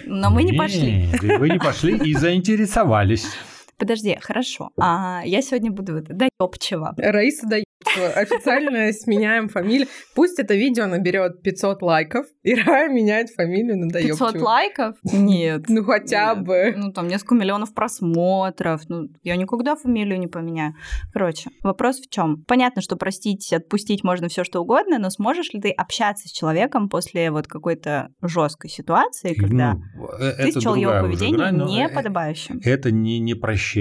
Speaker 1: Но мы не пошли.
Speaker 2: пошли. Вы не пошли и заинтересовались.
Speaker 1: Подожди, хорошо. А я сегодня буду это доёбчиво.
Speaker 3: Раиса Даёбкова. Официально сменяем фамилию. Пусть это видео наберет 500 лайков, и Рая меняет фамилию на
Speaker 1: 500
Speaker 3: Даёбкова.
Speaker 1: лайков? Нет.
Speaker 3: Ну хотя
Speaker 1: Нет.
Speaker 3: бы.
Speaker 1: Ну, там несколько миллионов просмотров. Ну, я никогда фамилию не поменяю. Короче, вопрос в чем? Понятно, что простить, отпустить можно все что угодно, но сможешь ли ты общаться с человеком после вот какой-то жесткой ситуации, когда
Speaker 2: Ну, э,
Speaker 1: ты
Speaker 2: это
Speaker 1: счел его
Speaker 2: другая уже
Speaker 1: поведение
Speaker 2: грань, но э,
Speaker 1: неподобающим?
Speaker 2: Это не, не прощение.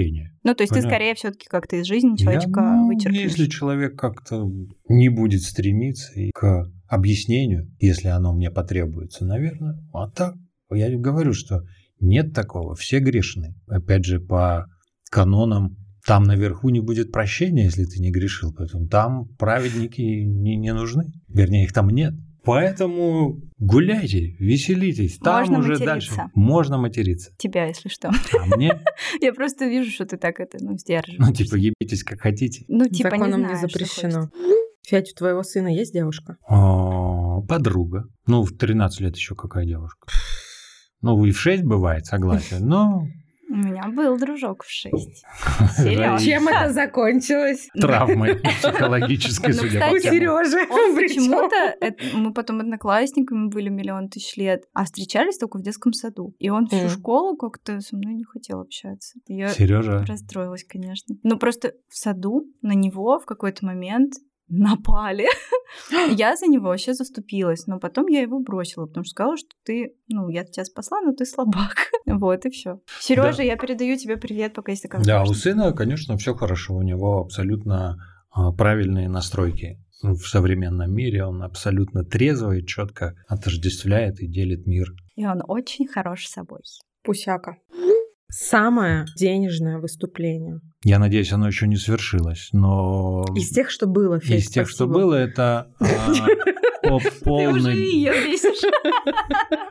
Speaker 1: Ну, то есть ты
Speaker 2: понятно.
Speaker 1: скорее все-таки как-то из жизни человечка
Speaker 2: Я, ну,
Speaker 1: вычеркнешь.
Speaker 2: Если человек как-то не будет стремиться и к объяснению, если оно мне потребуется, наверное. А так, я и говорю, что нет такого, все грешны. Опять же, по канонам там наверху не будет прощения, если ты не грешил. Поэтому там праведники не, не нужны. Вернее, их там нет. Поэтому гуляйте, веселитесь. Там
Speaker 1: Можно
Speaker 2: уже
Speaker 1: материться.
Speaker 2: дальше можно материться.
Speaker 1: Тебя, если что. (laughs)
Speaker 2: А мне,
Speaker 1: Я просто вижу, что ты так это, ну, сдерживаешь.
Speaker 2: ну, типа, ебитесь как хотите.
Speaker 1: Ну, типа, не
Speaker 3: Законом не,
Speaker 1: знаю, что
Speaker 3: запрещено.
Speaker 1: хочется.
Speaker 3: Федь, у твоего сына есть девушка?
Speaker 2: О, А, Подруга. Ну, в 13 лет еще какая девушка. Ну, и в 6 бывает, согласен. Но
Speaker 1: У меня был дружок в
Speaker 2: (laughs)
Speaker 1: шесть.
Speaker 2: Да,
Speaker 1: Серёж.
Speaker 2: и
Speaker 3: Чем это закончилось?
Speaker 2: травмы
Speaker 1: Ну,
Speaker 2: психологические, судя
Speaker 1: кстати,
Speaker 2: по
Speaker 3: У
Speaker 2: всему.
Speaker 3: Сережи.
Speaker 1: (laughs)
Speaker 3: (laughs)
Speaker 1: Он почему-то, это- мы потом одноклассниками были миллион тысяч лет, а встречались только в детском саду. И он всю
Speaker 3: Мгм.
Speaker 1: школу как-то со мной не хотел общаться. Я
Speaker 2: Сережа,
Speaker 1: расстроилась, конечно. Но просто в саду на него в какой-то момент (gasps) напали. (laughs) я за него вообще заступилась, но потом я его бросила, потому что сказала, что ты, ну, я тебя спасла, но ты слабак. (laughs) вот и все. Сережа, я передаю тебе привет, пока есть такая
Speaker 2: Да, у
Speaker 1: возможность.
Speaker 2: сына, конечно, все хорошо. У него абсолютно а, правильные настройки в современном мире. Он абсолютно трезво и четко отождествляет и делит мир.
Speaker 1: И он очень хорош (laughs) собой.
Speaker 3: Пусяка. Самое денежное выступление.
Speaker 2: Я надеюсь, оно еще не свершилось, но
Speaker 3: Из тех, что было, Федь,
Speaker 2: из тех, что
Speaker 3: спасибо.
Speaker 2: было, это а, по полной...
Speaker 1: ее бесишь.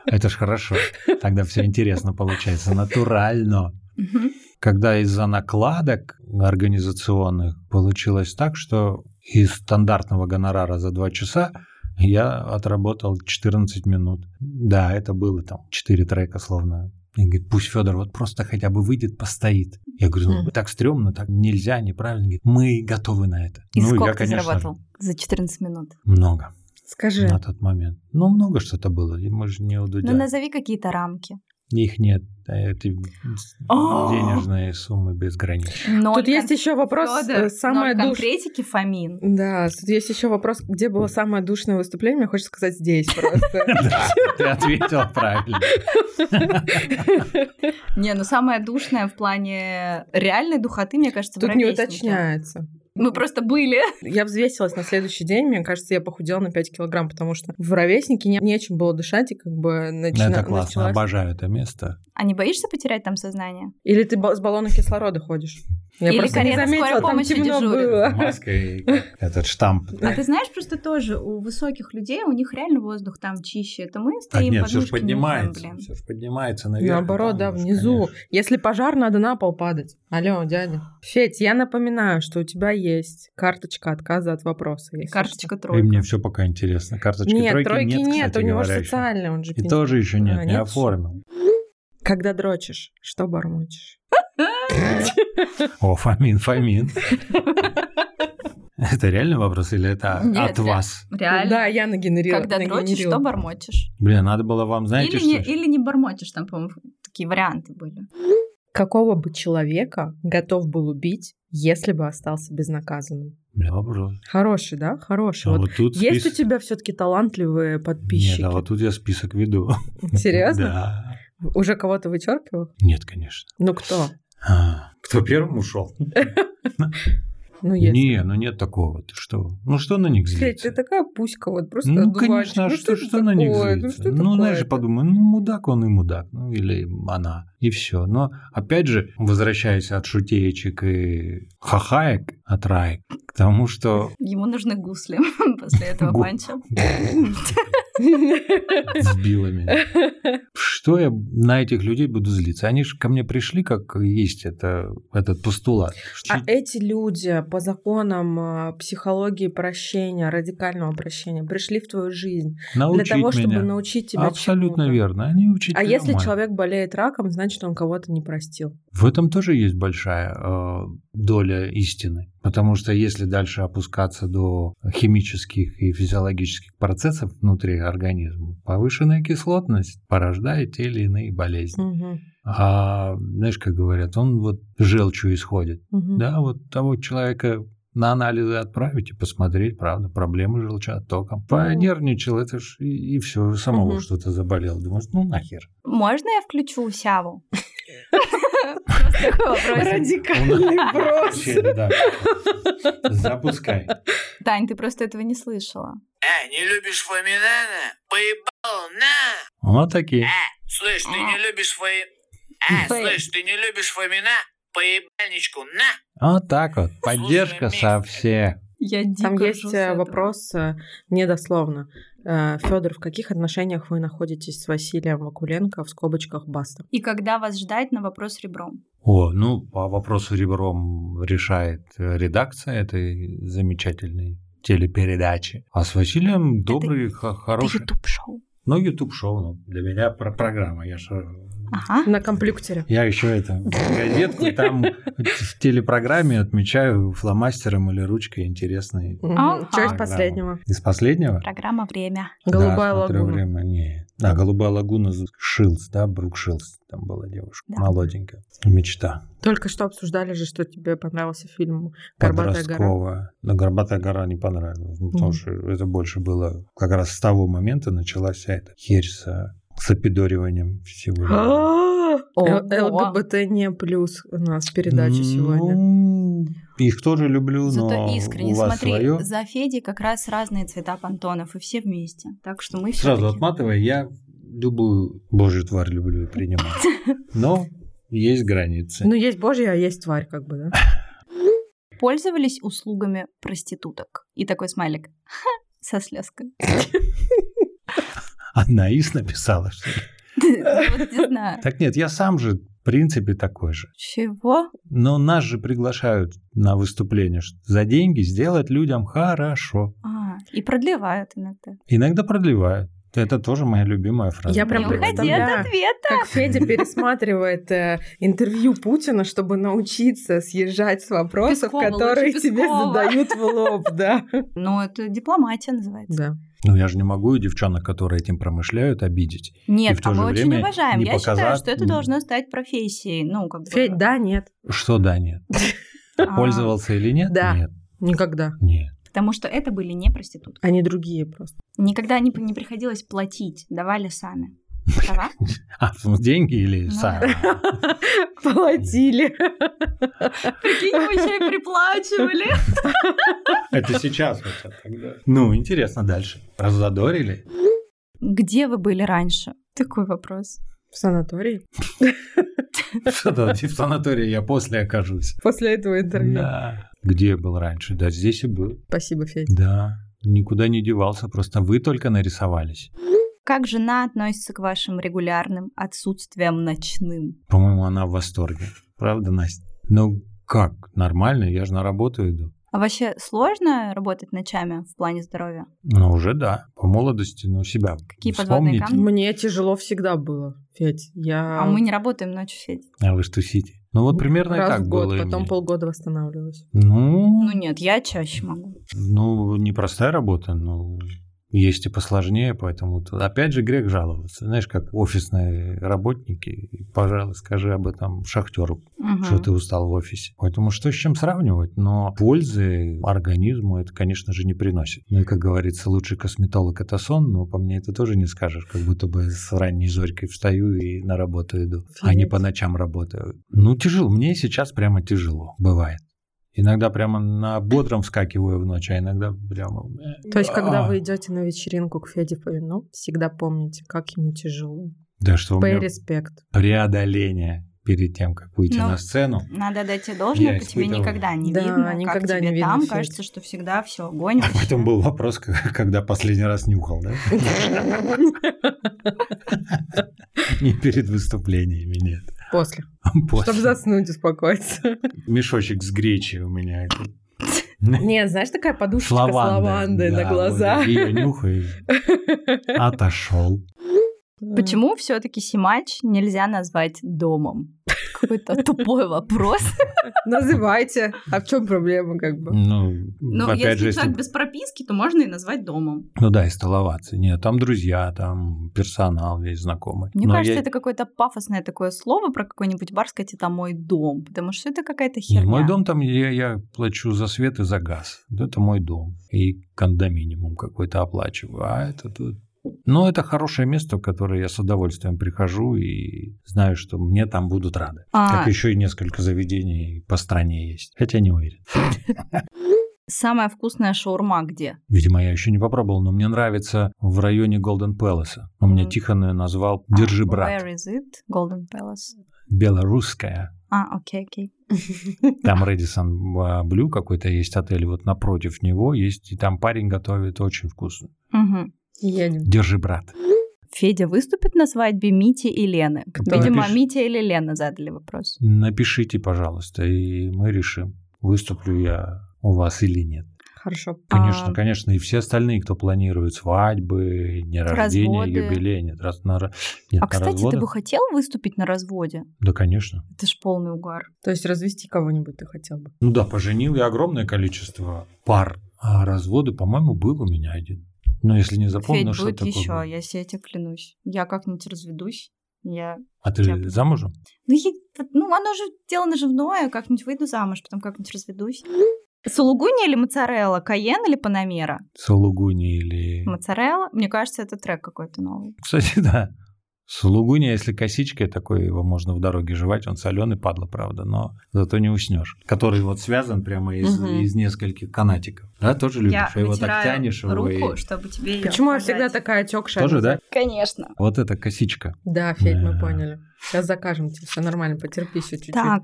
Speaker 2: Это ж хорошо. Тогда все интересно получается, натурально.
Speaker 1: Мгм.
Speaker 2: когда из-за накладок организационных получилось так, что из стандартного гонорара за два часа я отработал 14 минут. Да, это было там 4 трека словно. И говорит, пусть Федор вот просто хотя бы выйдет, постоит. Я говорю, ну
Speaker 3: Мгм.
Speaker 2: так стрёмно, так нельзя, неправильно. Говорит, мы готовы на это.
Speaker 1: И
Speaker 2: Ну,
Speaker 1: сколько
Speaker 2: я,
Speaker 1: ты
Speaker 2: конечно,
Speaker 1: заработал за 14 минут?
Speaker 2: Много
Speaker 3: Скажи.
Speaker 2: на тот момент. Ну, много что-то было, и мы же не у Дудя.
Speaker 1: Ну, назови какие-то рамки.
Speaker 2: Их нет. Это
Speaker 1: А.
Speaker 2: денежные суммы безграничны.
Speaker 1: Но
Speaker 3: Тут есть еще вопрос, э, самое душ...
Speaker 1: конкретики Фомин.
Speaker 3: Да, тут есть еще вопрос, где было самое душное выступление, мне хочется сказать здесь (laughs) просто.
Speaker 2: (laughs) Да, ты ответил правильно.
Speaker 1: Не, ну самое душное в плане реальной духоты, мне кажется, в
Speaker 3: Тут не
Speaker 1: «Ровеснике».
Speaker 3: уточняется.
Speaker 1: Мы просто были.
Speaker 3: Я взвесилась на следующий день, мне кажется, я похудела на 5 килограмм, потому что в ровеснике не, нечем было дышать, и как бы начина-
Speaker 2: Ну, Это классно,
Speaker 3: началась-
Speaker 2: обожаю это место.
Speaker 1: А не боишься потерять там сознание?
Speaker 3: Или ты ба- с баллоном кислорода ходишь? Я
Speaker 1: Или
Speaker 3: просто не
Speaker 1: карета скорой
Speaker 3: заметила, там
Speaker 1: помощи
Speaker 3: темно
Speaker 1: дежурит.
Speaker 3: было.
Speaker 2: Маской этот штамп.
Speaker 1: А ты знаешь, просто тоже у высоких людей, у них реально воздух там чище. Это мы
Speaker 2: Так
Speaker 1: стоим,
Speaker 2: нет, все же
Speaker 1: подушки нюхаем,
Speaker 2: поднимается.
Speaker 1: блин.
Speaker 2: Все же поднимается наверх.
Speaker 3: (laughs) Наоборот,
Speaker 2: там
Speaker 3: да,
Speaker 2: уж,
Speaker 3: внизу.
Speaker 2: конечно.
Speaker 3: Если пожар, надо на пол падать. Алло, дядя. Федь, я напоминаю, что у тебя есть карточка отказа от вопроса. если
Speaker 1: Карточка
Speaker 2: И
Speaker 1: тройка.
Speaker 2: мне все пока интересно.
Speaker 3: что.
Speaker 2: Карточки
Speaker 3: Нет,
Speaker 2: тройки,
Speaker 3: тройки
Speaker 2: нет,
Speaker 3: нет, у
Speaker 2: кстати
Speaker 3: него же
Speaker 2: говоря, ещё.
Speaker 3: социальный, он же
Speaker 2: И
Speaker 3: пен-
Speaker 2: тоже еще нет,
Speaker 3: А,
Speaker 2: не
Speaker 3: нет?
Speaker 2: оформил.
Speaker 3: Когда дрочишь, что бормочешь?
Speaker 2: О, Фомин, Фомин. Это реальный вопрос или это
Speaker 1: Нет,
Speaker 2: от
Speaker 1: реально.
Speaker 2: вас?
Speaker 1: Реально.
Speaker 3: Да, я нагенерила.
Speaker 1: Когда дрочишь, что бормочешь?
Speaker 2: Блин, надо было вам, знаете,
Speaker 1: или, не,
Speaker 2: что?
Speaker 1: или не бормочешь, там, по-моему, такие варианты были.
Speaker 3: Какого бы человека готов был убить, если бы остался безнаказанным?
Speaker 2: Бля, вопрос.
Speaker 3: Хороший, да? Хороший.
Speaker 2: А
Speaker 3: вот
Speaker 2: вот тут
Speaker 3: есть
Speaker 2: список-
Speaker 3: у тебя все-таки талантливые подписчики?
Speaker 2: Нет, а
Speaker 3: (laughs)
Speaker 2: вот тут я список веду.
Speaker 3: Серьезно?
Speaker 2: Да.
Speaker 3: Уже кого-то вычеркивал?
Speaker 2: Нет, конечно.
Speaker 3: Ну кто?
Speaker 2: А, Кто первым ушел?
Speaker 3: Ну если.
Speaker 2: Не, ну нет такого. Ты что? Ну что на них
Speaker 3: Федь,
Speaker 2: злиться?
Speaker 3: ты такая пуська, вот просто
Speaker 2: Ну,
Speaker 3: одуванчик.
Speaker 2: конечно, а
Speaker 3: Ну,
Speaker 2: что,
Speaker 3: это
Speaker 2: что на них
Speaker 3: такое?
Speaker 2: злиться?
Speaker 3: что
Speaker 2: Ну, знаешь,
Speaker 3: такое-то?
Speaker 2: подумай, ну, мудак он и мудак, ну, или она, и все. Но, опять же, возвращаясь от шутеечек и хахаек, от раек, к тому, что...
Speaker 3: (laughs)
Speaker 1: Ему нужны гусли (laughs) после этого
Speaker 2: Гу-
Speaker 1: панча.
Speaker 2: (laughs) Сбила меня. Что я на этих людей буду злиться? Они же ко мне пришли, как есть это, этот постулат.
Speaker 3: А эти люди по законам а, психологии прощения, радикального прощения, пришли в твою жизнь
Speaker 2: Научить
Speaker 3: для того, чтобы
Speaker 2: меня.
Speaker 3: научить тебя
Speaker 2: Абсолютно
Speaker 3: чему-то.
Speaker 2: верно. Они учителя
Speaker 3: А если
Speaker 2: мои.
Speaker 3: человек болеет раком, значит, он кого-то не простил.
Speaker 2: В этом тоже есть большая э, доля истины, потому что если дальше опускаться до химических и физиологических процессов внутри организма, повышенная кислотность порождает те или иные болезни.
Speaker 3: Мгм.
Speaker 2: А знаешь, как говорят, он вот желчью исходит.
Speaker 3: Мгм.
Speaker 2: Да, вот того человека на анализы отправить и посмотреть, правда, проблемы желчеоттоком. Понервничал, это ж и, все, самого
Speaker 3: Ну. Мгм.
Speaker 2: что-то заболел. Думаешь, ну нахер.
Speaker 1: Можно я включу
Speaker 2: (laughs)
Speaker 1: Сяву? Просто такой вопросик.
Speaker 3: Радикальный брос.
Speaker 2: Вообще, да. Запускай.
Speaker 1: Тань, ты просто этого не слышала.
Speaker 4: А, не любишь фаминана? Поебал, на! Э,
Speaker 2: Вот такие.
Speaker 4: Слышь, ты не любишь фаи... А,
Speaker 1: Фэй.
Speaker 4: слышь, ты не любишь фамина? Поебальничку, на!
Speaker 2: Вот так вот. Поддержка
Speaker 4: Слушай,
Speaker 2: со
Speaker 4: микс.
Speaker 2: всех.
Speaker 1: Я дико
Speaker 3: Там
Speaker 1: ржу
Speaker 3: есть
Speaker 1: с
Speaker 3: э,
Speaker 1: этого.
Speaker 3: вопрос э, недословно. Федор, в каких отношениях вы находитесь с Василием Вакуленко в скобочках Баста?
Speaker 1: И когда вас ждать на вопрос ребром?
Speaker 2: О, ну, по вопросу ребром решает э, редакция этой замечательной телепередачи. А с Василием добрый, хо-
Speaker 1: Это
Speaker 2: хороший.
Speaker 1: ютуб-шоу.
Speaker 2: Ну, YouTube-шоу, ну, для меня про программа. Я же... Ну.
Speaker 1: Ага.
Speaker 3: На комплюктере.
Speaker 2: Я еще
Speaker 3: (laughs)
Speaker 2: это, газетку там в телепрограмме отмечаю фломастером или ручкой интересный.
Speaker 3: Мгм.
Speaker 1: Ага.
Speaker 3: Чё из
Speaker 2: программу.
Speaker 3: последнего?
Speaker 2: Из последнего?
Speaker 1: Программа «Время».
Speaker 3: Голубая
Speaker 2: да, смотрю
Speaker 3: лагуна.
Speaker 2: время. Не. Да, голубая лагуна з- Шилс, да, Брук Шилс. Там была девушка.
Speaker 1: Да.
Speaker 2: Молоденькая. Мечта.
Speaker 3: Только что обсуждали же, что тебе понравился
Speaker 2: (gasps)
Speaker 3: фильм «Горбатая гора».
Speaker 2: Подростковая. Но Горбатая гора не понравилась. ну, потому
Speaker 3: Мгм.
Speaker 2: что это больше было как раз с того момента началась вся эта херь с, э, с опидориванием всего.
Speaker 3: А,
Speaker 1: Ого.
Speaker 3: Э, ЛГБТ не плюс у нас передача сегодня.
Speaker 2: Ну, Их тоже люблю,
Speaker 1: Зато
Speaker 2: но
Speaker 1: искренне.
Speaker 2: Ну, у вас
Speaker 1: Смотри,
Speaker 2: свое.
Speaker 1: за Феди как раз разные цвета понтонов, и все вместе. Так что мы
Speaker 2: Сразу
Speaker 1: всё-таки-
Speaker 2: отматывая, я любую божью тварь люблю и
Speaker 3: (laughs)
Speaker 2: принимаю. Но есть границы.
Speaker 3: Ну, есть божья, а есть тварь, как бы, да?
Speaker 1: Пользовались услугами проституток. И такой смайлик. (laughs) Ха, Со слезкой. (laughs)
Speaker 3: (laughs)
Speaker 2: Одна из написала, что ли?
Speaker 1: Вот не знаю.
Speaker 2: Так нет, я сам же, в принципе, такой же.
Speaker 1: Чего?
Speaker 2: Но нас же приглашают на выступление ш- за деньги сделать людям хорошо.
Speaker 1: А, и продлевают иногда.
Speaker 2: Иногда продлевают. Это тоже моя любимая фраза.
Speaker 3: Я
Speaker 1: Не
Speaker 3: прям
Speaker 2: Продлевают.
Speaker 1: уходи
Speaker 3: представляю.
Speaker 1: от ответа.
Speaker 3: Как Федя пересматривает э, интервью Путина, чтобы научиться съезжать с вопросов,
Speaker 1: Пескова,
Speaker 3: которые
Speaker 1: лучше
Speaker 3: тебе
Speaker 1: Пескова.
Speaker 3: задают в лоб, да.
Speaker 1: Ну, это дипломатия называется.
Speaker 3: Да.
Speaker 2: Ну, я же не могу и девчонок, которые этим промышляют, обидеть. И
Speaker 1: Нет,
Speaker 2: в то
Speaker 1: а
Speaker 2: же
Speaker 1: мы очень
Speaker 2: время
Speaker 1: уважаем.
Speaker 2: не
Speaker 1: Я считаю,
Speaker 2: показать-
Speaker 1: что это должно стать профессией. Ну, как бы...
Speaker 3: Федь, да, нет,
Speaker 2: Что да, нет?
Speaker 1: а,
Speaker 2: Пользовался или нет?
Speaker 3: Да.
Speaker 2: Нет.
Speaker 3: никогда.
Speaker 2: Нет.
Speaker 1: Потому что это были не проститутки.
Speaker 3: Они
Speaker 1: (laughs)
Speaker 3: другие просто.
Speaker 1: Никогда не, не приходилось платить, давали сами. Права?
Speaker 2: А, в смысле, деньги или
Speaker 1: Ну
Speaker 2: сам?
Speaker 3: Платили.
Speaker 1: Прикинь, мы еще и приплачивали.
Speaker 2: Это сейчас вот тогда. Ну, интересно дальше. Раззадорили?
Speaker 1: (laughs)
Speaker 2: (laughs)
Speaker 1: Где вы были раньше? Такой вопрос.
Speaker 3: В санатории.
Speaker 2: Что-то в санатории я после окажусь.
Speaker 3: После этого интервью.
Speaker 2: Да. Где я был раньше? Да, здесь и был.
Speaker 3: Спасибо, Федя.
Speaker 2: Да, никуда не девался, просто вы только нарисовались.
Speaker 1: Как жена относится к вашим регулярным отсутствиям ночным?
Speaker 2: По-моему, она в восторге. Правда, Настя? Ну как? Нормально, я же на работу иду.
Speaker 1: А вообще сложно работать ночами в плане здоровья?
Speaker 2: Ну, уже да. По молодости, ну, себя
Speaker 1: Какие подводные
Speaker 2: вспомните.
Speaker 1: камни?
Speaker 3: Мне тяжело всегда было, Федь. Я
Speaker 1: А мы не работаем ночью, Федя.
Speaker 2: А вы что, сидите? Ну, вот примерно
Speaker 3: раз
Speaker 2: так
Speaker 3: в год,
Speaker 2: было и
Speaker 3: потом
Speaker 2: мне.
Speaker 3: полгода восстанавливаюсь.
Speaker 2: Ну,
Speaker 1: Ну нет, я чаще могу.
Speaker 2: ну, непростая работа, но Есть и посложнее, поэтому тут опять же грех жаловаться. Знаешь, как офисные работники, пожалуй, скажи об этом шахтеру,
Speaker 1: Мгм.
Speaker 2: что ты устал в офисе. Поэтому что с чем сравнивать? Но пользы организму это, конечно же, не приносит. Ну и, как говорится, лучший косметолог – это сон, но по мне это тоже не скажешь. Как будто бы с ранней зорькой встаю и на работу иду, а не
Speaker 3: Офигеть.
Speaker 2: по ночам работаю. Ну, тяжело. Мне сейчас прямо тяжело бывает. Иногда прямо на бодром вскакиваю в ночь, а иногда прямо... э,
Speaker 3: То есть, когда
Speaker 2: а.
Speaker 3: вы идете на вечеринку к Феде по вину, всегда помните, как ему тяжело.
Speaker 2: Да что у
Speaker 3: Пэй
Speaker 2: меня
Speaker 3: респект.
Speaker 2: преодоление перед тем, как выйти
Speaker 1: Ну,
Speaker 2: на сцену.
Speaker 1: Надо дать тебе должное,
Speaker 2: Я
Speaker 1: по тебе
Speaker 2: испытывал.
Speaker 1: никогда не
Speaker 3: Да,
Speaker 1: видно, как
Speaker 3: никогда
Speaker 1: тебе
Speaker 3: не видно
Speaker 1: там,
Speaker 3: всё
Speaker 1: кажется,
Speaker 3: это.
Speaker 1: что всегда все, огонь.
Speaker 2: А потом был вопрос, (laughs) к- когда последний раз нюхал, да? (laughs) Не перед выступлениями, нет.
Speaker 3: После.
Speaker 2: После.
Speaker 3: Чтобы заснуть, успокоиться.
Speaker 2: Мешочек с гречей у меня.
Speaker 3: Нет, знаешь, такая подушечка с
Speaker 2: лавандой,
Speaker 3: лавандой на
Speaker 2: да,
Speaker 3: глаза.
Speaker 2: вот Ее нюхай. Отошел.
Speaker 1: Почему все-таки Симач нельзя назвать домом? Какой-то
Speaker 3: (laughs)
Speaker 1: тупой вопрос.
Speaker 3: Называйте. А в чем проблема, как бы?
Speaker 2: Ну,
Speaker 1: Ну,
Speaker 2: опять
Speaker 1: если
Speaker 2: же,
Speaker 1: человек
Speaker 2: если...
Speaker 1: без прописки, то можно и назвать домом.
Speaker 2: Ну да, и столоваться. Нет, там друзья, там персонал весь знакомый.
Speaker 1: Мне
Speaker 2: Но
Speaker 1: кажется,
Speaker 2: Ну, а я-
Speaker 1: это какое-то пафосное такое слово про какой-нибудь бар, сказать, это мой дом, потому что это какая-то
Speaker 2: Не,
Speaker 1: херня.
Speaker 2: мой дом там, я, я плачу за свет и за газ. Вот Это мой дом. И кондоминиум какой-то оплачиваю. А это тут... Но это хорошее место, в которое я с удовольствием прихожу и знаю, что мне там будут рады.
Speaker 1: А.
Speaker 2: Как еще и несколько заведений по стране есть. Хотя не уверен.
Speaker 1: Самая вкусная шаурма где?
Speaker 2: Видимо, я еще не попробовал, но мне нравится в районе Голден Пэласа. У меня
Speaker 1: Мгм.
Speaker 2: Тихон её назвал «Держи,
Speaker 1: А,
Speaker 2: брат».
Speaker 1: Where is it? Golden Palace.
Speaker 2: Белорусская.
Speaker 1: А, окей, окей.
Speaker 2: Там Редисон а, Блю какой-то есть отель, вот напротив него есть, и там парень готовит очень вкусно.
Speaker 1: Мгм.
Speaker 3: Едем.
Speaker 2: Держи, брат.
Speaker 1: Федя выступит на свадьбе Мити и Лены.
Speaker 2: Кто
Speaker 1: Видимо,
Speaker 2: напишет?
Speaker 1: Митя или Лена задали вопрос.
Speaker 2: Напишите, пожалуйста, и мы решим, выступлю я у вас или нет.
Speaker 3: Хорошо.
Speaker 2: Конечно,
Speaker 1: А.
Speaker 2: конечно, и все остальные, кто планирует свадьбы, дни рождения,
Speaker 1: Разводы.
Speaker 2: юбилей, нет, раз на, ра- нет,
Speaker 1: а,
Speaker 2: на
Speaker 1: кстати,
Speaker 2: разводы.
Speaker 1: ты бы хотел выступить на разводе?
Speaker 2: Да, конечно.
Speaker 1: Это ж полный угар.
Speaker 3: То есть развести кого-нибудь ты хотел бы.
Speaker 2: Ну да, поженил я огромное количество пар, а разводы, по-моему, был у меня один. Но если не
Speaker 1: Федь,
Speaker 2: запомнил, что
Speaker 1: будет
Speaker 2: такое.
Speaker 1: еще,
Speaker 2: было.
Speaker 1: я себе тебя клянусь. Я как-нибудь разведусь. Я...
Speaker 2: А ты
Speaker 1: Я-
Speaker 2: замужем?
Speaker 1: Ну, я- ну, оно же дело наживное, как-нибудь выйду замуж, потом как-нибудь разведусь. Сулугуни или моцарелла? Каен или панамера?
Speaker 2: Сулугуни или...
Speaker 1: Моцарелла? Мне кажется, это трек какой-то новый.
Speaker 2: Кстати, да. Сулугуня, если косичкой такой, его можно в дороге жевать, он соленый, падла, правда, но зато не уснешь. Который вот связан прямо из,
Speaker 3: Мгм.
Speaker 2: из нескольких канатиков. Да, тоже любишь. а
Speaker 1: я
Speaker 2: его так
Speaker 1: вытираю
Speaker 2: тянешь, его и-
Speaker 1: руку, чтобы тебе её
Speaker 3: Почему я
Speaker 1: показать.
Speaker 3: всегда такая отекшая?
Speaker 2: Тоже, да?
Speaker 1: Конечно.
Speaker 2: Вот эта косичка.
Speaker 3: Да, Федь, мы
Speaker 2: Да.
Speaker 3: поняли. Сейчас закажем тебе, все нормально, потерпи еще чуть-чуть.
Speaker 1: Так,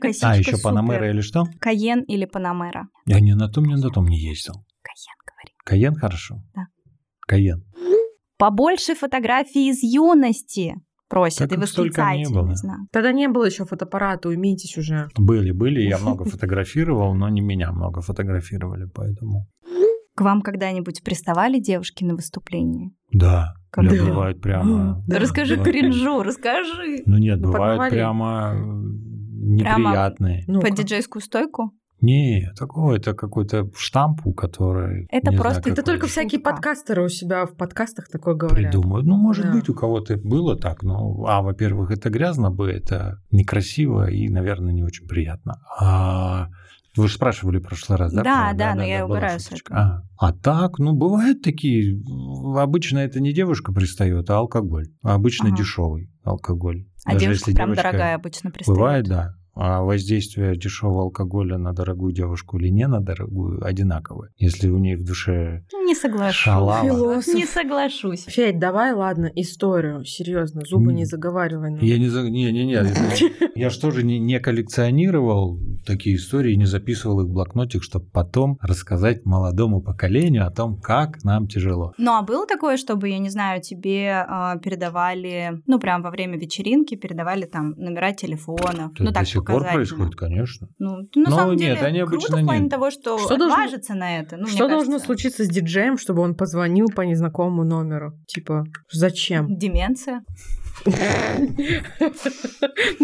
Speaker 1: косичка
Speaker 2: а, еще
Speaker 1: супер.
Speaker 2: Панамера или что?
Speaker 1: Каен или панамера?
Speaker 2: Я не на том, не на том не ездил.
Speaker 1: Каен, говори.
Speaker 2: Каен хорошо?
Speaker 1: Да.
Speaker 2: Каен.
Speaker 1: Побольше фотографий из юности просят.
Speaker 2: Так
Speaker 1: и
Speaker 2: их столько не
Speaker 1: восклицательный
Speaker 2: было.
Speaker 1: знак.
Speaker 3: Тогда не было еще фотоаппарата, уймитесь уже.
Speaker 2: Были, были, я много фотографировал, но не меня много фотографировали, поэтому...
Speaker 1: К вам когда-нибудь приставали девушки на выступлении?
Speaker 2: Да,
Speaker 1: Когда?
Speaker 2: я бывает прямо...
Speaker 3: Да.
Speaker 1: расскажи
Speaker 2: бывает прямо-
Speaker 1: кринжу, расскажи.
Speaker 2: Ну нет,
Speaker 3: Ну,
Speaker 2: бывают
Speaker 3: подвали.
Speaker 2: прямо э,
Speaker 1: Прямо-
Speaker 2: неприятные.
Speaker 3: Ну,
Speaker 1: Под диджейскую стойку?
Speaker 2: Не, такое, это какой-то штамп, у который...
Speaker 1: Это
Speaker 2: не
Speaker 1: просто-
Speaker 2: знаю,
Speaker 3: Это
Speaker 2: какой.
Speaker 3: только всякие
Speaker 1: Шутка.
Speaker 3: подкастеры у себя в подкастах такое говорят.
Speaker 2: придумают. Ну, может
Speaker 3: Да.
Speaker 2: быть, у кого-то было так, но, а, во-первых, это грязно бы, это некрасиво и, наверное, не очень приятно. А вы же спрашивали в прошлый раз, да?
Speaker 1: Да,
Speaker 2: про-
Speaker 1: да, но я
Speaker 2: была
Speaker 1: угораю с
Speaker 2: шуточка. А, а так, ну, бывают такие, м, обычно это не девушка пристает, а алкоголь. А Обычно
Speaker 1: Ага.
Speaker 2: дешевый алкоголь.
Speaker 1: А
Speaker 2: Даже
Speaker 1: девушка
Speaker 2: если
Speaker 1: прям
Speaker 2: девочка-
Speaker 1: дорогая обычно пристает.
Speaker 2: Бывает, да. А воздействие дешевого алкоголя на дорогую девушку или не на дорогую одинаковое. Если у ней в душе
Speaker 1: Не соглашусь.
Speaker 2: Шалава.
Speaker 3: Философ.
Speaker 1: Не соглашусь.
Speaker 3: Федь, давай, ладно, историю. Серьезно, зубы
Speaker 2: М.
Speaker 3: не заговаривай. ну. нам.
Speaker 2: я не за... не не
Speaker 1: (laughs)
Speaker 2: не это- я же тоже не, не коллекционировал такие истории, не записывал их в блокнотик, чтобы потом рассказать молодому поколению о том, как нам тяжело.
Speaker 1: Ну а было такое, чтобы, я не знаю, тебе а, передавали, ну прям во время вечеринки передавали там номера телефонов.
Speaker 2: Это
Speaker 1: Ну так
Speaker 2: до сих пор
Speaker 1: показательно.
Speaker 2: происходит, конечно.
Speaker 1: Ну, ты на
Speaker 2: Ну,
Speaker 1: самом
Speaker 2: нет,
Speaker 1: деле
Speaker 2: они
Speaker 1: круто
Speaker 2: обычно
Speaker 1: в плане
Speaker 2: нет.
Speaker 1: того, что,
Speaker 3: Что должно-
Speaker 1: отважиться на это. Ну, мне
Speaker 3: Что должно
Speaker 1: кажется.
Speaker 3: случиться с диджеем, чтобы он позвонил по незнакомому номеру? Типа, зачем?
Speaker 1: Деменция.
Speaker 3: Ну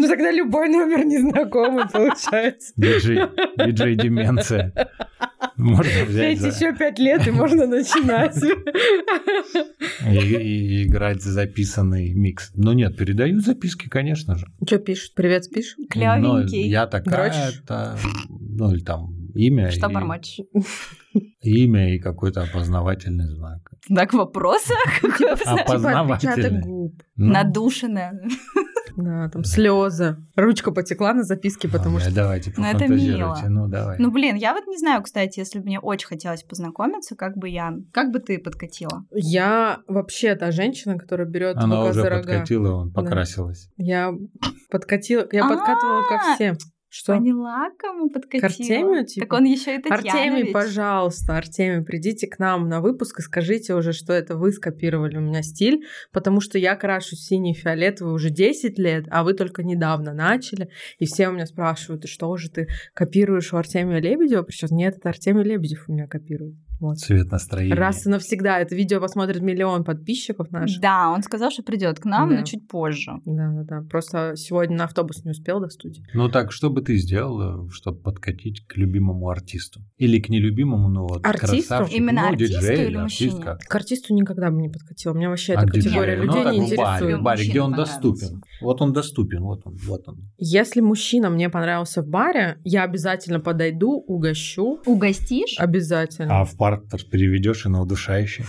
Speaker 3: тогда любой номер незнакомый получается.
Speaker 2: Диджей, диджей деменция. Можно взять
Speaker 3: Петь
Speaker 2: за-
Speaker 3: еще пять лет, и можно начинать.
Speaker 2: и, и играть за записанный микс. Но нет, передают записки, конечно же.
Speaker 3: Че пишут? Привет, спишь?
Speaker 2: Но
Speaker 1: Клевенький.
Speaker 2: я такая,
Speaker 3: Дрочишь?
Speaker 2: та- ну или там имя.
Speaker 1: Что
Speaker 2: и-
Speaker 1: бормочешь?
Speaker 2: Имя и какой-то опознавательный знак.
Speaker 1: Знак вопроса?
Speaker 3: Ну, типа,
Speaker 1: Какой
Speaker 2: А по-
Speaker 1: опозна-
Speaker 2: Познавательный.
Speaker 3: отпечаток губ.
Speaker 2: Ну,
Speaker 1: Надушенная.
Speaker 3: Да, там слезы. Ручка потекла на записке, потому
Speaker 2: ладно,
Speaker 3: что...
Speaker 2: а Давайте
Speaker 1: Ну, это
Speaker 2: пофантазируйте.
Speaker 1: мило.
Speaker 2: Ну, давай.
Speaker 1: Ну, блин, я вот не знаю, кстати, если бы мне очень хотелось познакомиться, как бы я... Как бы ты подкатила?
Speaker 3: Я вообще та женщина, которая берет
Speaker 2: Она
Speaker 3: быка
Speaker 2: уже
Speaker 3: за рога.
Speaker 2: подкатила, он покрасилась.
Speaker 3: Я подкатила, я
Speaker 1: А,
Speaker 3: подкатывала ко всем. Что?
Speaker 1: Поняла, кому подкатила?
Speaker 3: Артемию, типа?
Speaker 1: Так он еще и
Speaker 3: Артемий,
Speaker 1: Татьянович.
Speaker 3: пожалуйста, Артемий, придите к нам на выпуск и скажите уже, что это вы скопировали у меня стиль, потому что я крашу синий и фиолетовый уже 10 лет, а вы только недавно начали, и все у меня спрашивают, «И что же ты копируешь у Артемия Лебедева? Причем нет, это Артемий Лебедев у меня копирует. Вот.
Speaker 2: Цвет настроения.
Speaker 3: Раз и навсегда. Это видео посмотрит миллион подписчиков наших.
Speaker 1: Да, он сказал, что придет к нам,
Speaker 3: Да.
Speaker 1: но чуть позже.
Speaker 3: Да, да, да. Просто сегодня на автобус не успел до студии.
Speaker 2: Ну так, что бы ты сделала, чтобы подкатить к любимому артисту? Или к нелюбимому, ну вот
Speaker 3: Артисту?
Speaker 2: красавчику,
Speaker 1: Именно
Speaker 2: ну,
Speaker 1: артисту
Speaker 2: диджею
Speaker 1: или
Speaker 2: артист
Speaker 1: мужчине?
Speaker 2: как?
Speaker 3: К артисту никогда бы не подкатила. Меня вообще
Speaker 2: А
Speaker 3: эта
Speaker 2: к диджею?
Speaker 3: категория
Speaker 2: Ну,
Speaker 3: людей
Speaker 2: так
Speaker 3: не
Speaker 2: в баре,
Speaker 3: интересует.
Speaker 2: в баре, где он
Speaker 1: Мужчине
Speaker 2: доступен. Вот он доступен, вот он, вот он.
Speaker 3: Если мужчина мне понравился в баре, я обязательно подойду, угощу.
Speaker 1: Угостишь?
Speaker 3: Обязательно.
Speaker 2: А в партер переведешь и на удушающий?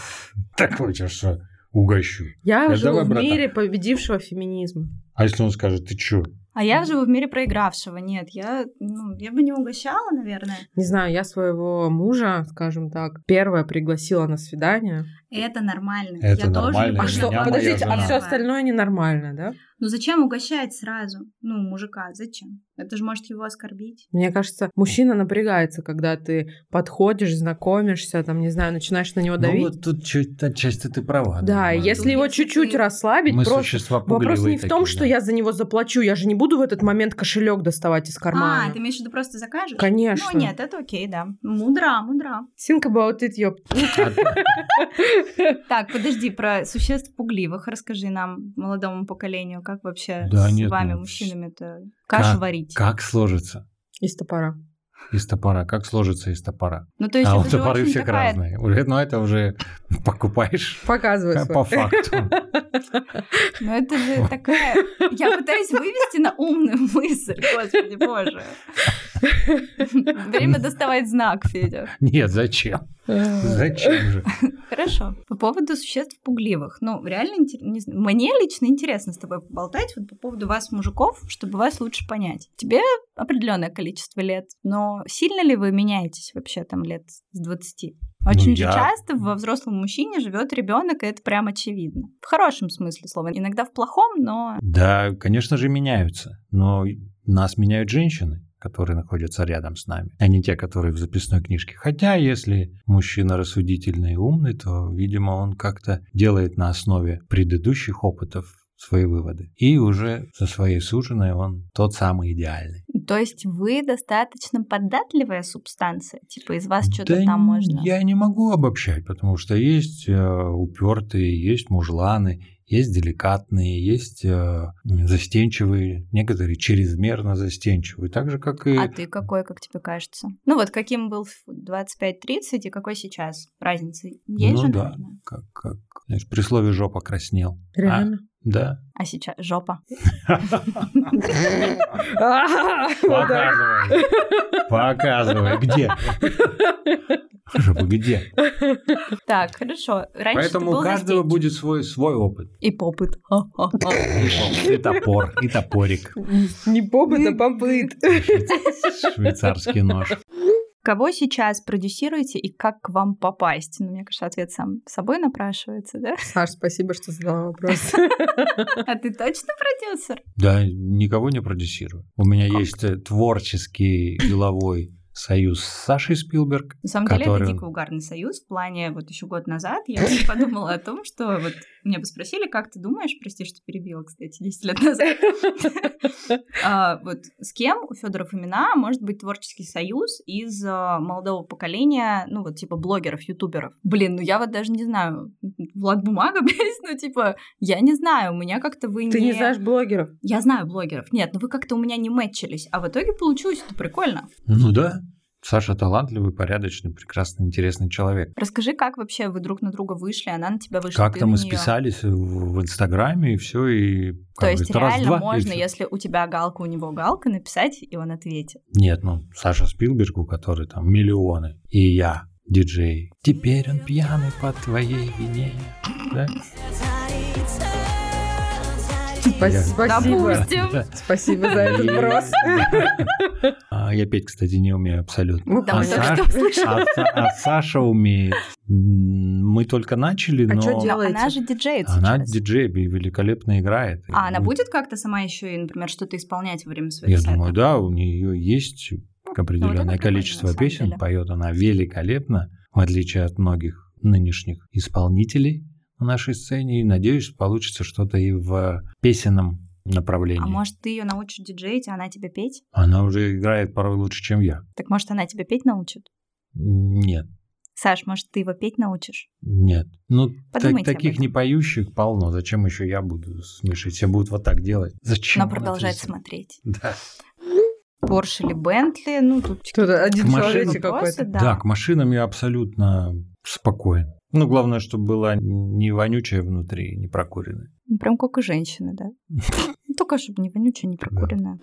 Speaker 2: Такой, чё, что угощу.
Speaker 3: Я
Speaker 2: Я
Speaker 3: живу
Speaker 2: э, давай,
Speaker 3: в
Speaker 2: братан.
Speaker 3: мире победившего феминизма.
Speaker 2: А если он скажет, ты чё?
Speaker 1: А я живу в мире проигравшего. Нет, я, ну, я бы не угощала, наверное.
Speaker 3: Не знаю, я своего мужа, скажем так, первое пригласила на свидание.
Speaker 1: Это нормально.
Speaker 2: Это
Speaker 1: я тоже не
Speaker 2: нормально,
Speaker 3: А
Speaker 2: Для
Speaker 3: что,
Speaker 1: поняла.
Speaker 2: меня моя
Speaker 3: подождите, а
Speaker 2: жена.
Speaker 3: все остальное ненормально, да?
Speaker 1: Ну зачем угощать сразу? Ну, мужика, зачем? Это же может его оскорбить.
Speaker 3: Мне кажется, мужчина напрягается, когда ты подходишь, знакомишься, там, не знаю, начинаешь на него
Speaker 2: Ну
Speaker 3: давить.
Speaker 2: вот тут чуть, отчасти ты права.
Speaker 3: да, и
Speaker 2: наверное.
Speaker 3: если его
Speaker 1: Если
Speaker 3: чуть-чуть
Speaker 1: ты-
Speaker 3: расслабить,
Speaker 2: Мы
Speaker 3: просто
Speaker 2: существа
Speaker 3: вопрос
Speaker 2: пугливые
Speaker 3: не в том,
Speaker 2: такие,
Speaker 3: что
Speaker 2: да.
Speaker 3: я за него заплачу, я же не буду в этот момент кошелек доставать из кармана.
Speaker 1: А, ты имеешь в виду просто закажешь?
Speaker 3: Конечно.
Speaker 1: Ну нет, это окей, да. Мудра, мудра.
Speaker 3: Think about it, ёп.
Speaker 1: (laughs)
Speaker 2: А-
Speaker 1: Так, подожди, про существ пугливых расскажи нам, молодому поколению, как вообще
Speaker 2: Да
Speaker 1: с
Speaker 2: нет,
Speaker 1: вами,
Speaker 2: ну,
Speaker 1: мужчинами-то, кашу
Speaker 2: как-
Speaker 1: варить?
Speaker 2: Как сложится
Speaker 3: Из топора.
Speaker 2: из топора? Как сложится из топора?
Speaker 1: Ну, то есть
Speaker 2: а
Speaker 1: это
Speaker 2: вот
Speaker 1: же
Speaker 2: топоры
Speaker 1: очень
Speaker 2: все
Speaker 1: такая-
Speaker 2: разные. Уже, ну, это уже покупаешь
Speaker 3: Показывай
Speaker 2: э,
Speaker 3: свой.
Speaker 2: по факту.
Speaker 1: Ну, это же такая... Я пытаюсь вывести на умную мысль, господи боже. Время доставать знак, Федя.
Speaker 2: Нет, зачем? Зачем же?
Speaker 1: Хорошо. По поводу существ пугливых. Ну, реально, интер- не знаю, мне лично интересно с тобой поболтать вот по поводу вас, мужиков, чтобы вас лучше понять. Тебе определенное количество лет, но сильно ли вы меняетесь вообще там лет с 20? Очень
Speaker 2: Ну,
Speaker 1: же
Speaker 2: я-
Speaker 1: часто во взрослом мужчине живет ребенок, и это прям очевидно. В хорошем смысле слова. Иногда в плохом, но
Speaker 2: Да, конечно же, меняются. Но нас меняют женщины, которые находятся рядом с нами, а не те, которые в записной книжке. Хотя, если мужчина рассудительный и умный, то, видимо, он как-то делает на основе предыдущих опытов свои выводы. И уже со своей суженой он тот самый идеальный.
Speaker 1: То есть вы достаточно податливая субстанция? Типа из вас что-то
Speaker 2: Да
Speaker 1: там можно?
Speaker 2: Я не могу обобщать, потому что есть э, упертые, есть мужланы, есть деликатные, есть э, застенчивые, некоторые чрезмерно застенчивые. Так же, как и...
Speaker 1: А ты какой, как тебе кажется? Ну вот каким был в 25-30 и какой сейчас? Разница есть
Speaker 2: ну
Speaker 1: же,
Speaker 2: да,
Speaker 1: наверное?
Speaker 2: как, как, знаешь, при слове жопа краснел. (laughs)
Speaker 3: Реально?
Speaker 2: А, да.
Speaker 1: А сейчас жопа. Ну
Speaker 3: Вот так.
Speaker 2: Показывай. Показывай. Где? Жопа где?
Speaker 1: Так, хорошо. Раньше ты
Speaker 2: Поэтому
Speaker 1: был
Speaker 2: у каждого
Speaker 1: застенчив.
Speaker 2: будет свой, свой опыт.
Speaker 1: И попыт. (laughs) Ха-ха-ха.
Speaker 2: И топор, и топорик.
Speaker 3: Не побыт, а побыт.
Speaker 2: Швейц- Швейцарский нож.
Speaker 1: Кого сейчас продюсируете и как к вам попасть? Ну, мне кажется, ответ сам собой напрашивается, да? (laughs)
Speaker 3: Саш, спасибо, что задала вопрос.
Speaker 1: А ты точно продюсер?
Speaker 2: Да, никого не продюсирую. У меня есть э, творческий деловой союз с Сашей Спилберг.
Speaker 1: На самом деле, это
Speaker 2: Который он?
Speaker 1: дико угарный союз. В плане, вот еще год назад
Speaker 3: (laughs)
Speaker 1: я подумала о том, что вот меня бы спросили, как ты думаешь, прости, что перебила, кстати, 10 лет
Speaker 3: (laughs)
Speaker 1: назад, а, вот с кем у Федоров имена может быть творческий союз из а, молодого поколения, ну вот типа блогеров, ютуберов. Блин, ну я вот даже не знаю, Влад Бумага, (laughs) блядь, ну типа, я не знаю, у меня как-то вы
Speaker 3: Ты не знаешь блогеров?
Speaker 1: ну Я знаю блогеров, нет, но вы как-то у меня не мэтчились, а в итоге получилось это прикольно.
Speaker 2: Ну да. Саша талантливый, порядочный, прекрасный, интересный человек.
Speaker 1: Расскажи, как вообще вы друг на друга вышли, она на тебя вышла, ты
Speaker 2: Как-то
Speaker 1: на
Speaker 2: мы
Speaker 1: неё.
Speaker 2: списались в в Инстаграме и все, и...
Speaker 1: То
Speaker 2: как
Speaker 1: есть
Speaker 2: говорится, раз,
Speaker 1: реально
Speaker 2: два, и
Speaker 1: можно,
Speaker 2: всё.
Speaker 1: если у тебя галка, у него галка, написать, и он ответит.
Speaker 2: Нет, ну, Саша Спилберг, у которой там миллионы, и я, диджей. Теперь он пьяный по твоей вине. Да?
Speaker 3: Спа-
Speaker 2: Я-
Speaker 3: Спасибо.
Speaker 1: Допустим.
Speaker 3: Спасибо за этот
Speaker 2: И-
Speaker 3: брос.
Speaker 2: (laughs) А я петь, кстати, не умею абсолютно.
Speaker 3: Ну,
Speaker 1: Да,
Speaker 2: а,
Speaker 1: мы только что услышали.
Speaker 2: а
Speaker 1: (laughs)
Speaker 2: Са- а Саша умеет. М, Мы только начали,
Speaker 3: А
Speaker 2: но
Speaker 3: чё
Speaker 1: Но
Speaker 3: делать? Делаете.
Speaker 1: она же диджеет
Speaker 2: она
Speaker 1: сейчас.
Speaker 2: диджей и великолепно играет.
Speaker 1: А она
Speaker 2: И-
Speaker 1: будет как-то сама еще и, например, что-то исполнять во время своих
Speaker 2: Я
Speaker 1: сетов?
Speaker 2: думаю, да, у нее есть
Speaker 1: Ну, вот это
Speaker 2: определенное
Speaker 1: прикольно, на
Speaker 2: количество
Speaker 1: самом
Speaker 2: песен.
Speaker 1: деле.
Speaker 2: Поет она великолепно, в отличие от многих нынешних исполнителей на нашей сцене. И надеюсь, получится что-то и в песенном направлении.
Speaker 1: А может, ты ее научишь диджеить, а она тебя петь?
Speaker 2: Она уже играет порой лучше, чем я.
Speaker 1: Так может, она тебя петь научит?
Speaker 2: Нет,
Speaker 1: Саш, может, ты его петь научишь?
Speaker 2: нет. Ну, так-
Speaker 1: Подумайте об
Speaker 2: таких
Speaker 1: этом.
Speaker 2: непоющих полно. Зачем еще я буду смешить? Все будут вот так делать. Зачем?
Speaker 1: Она продолжает
Speaker 2: Это-
Speaker 1: смотреть.
Speaker 2: Да.
Speaker 1: Порш или Бентли, ну тут
Speaker 3: Кто-то один
Speaker 2: К машинам.
Speaker 3: человечек
Speaker 1: вопросы,
Speaker 3: какой-то.
Speaker 1: да.
Speaker 2: Да, к машинам я абсолютно спокоен. Ну, главное, чтобы была не вонючая внутри, не прокуренная.
Speaker 1: Ну, Прям как и женщины,
Speaker 2: (laughs)
Speaker 1: да. Ну, Только чтобы не вонючая, не прокуренная.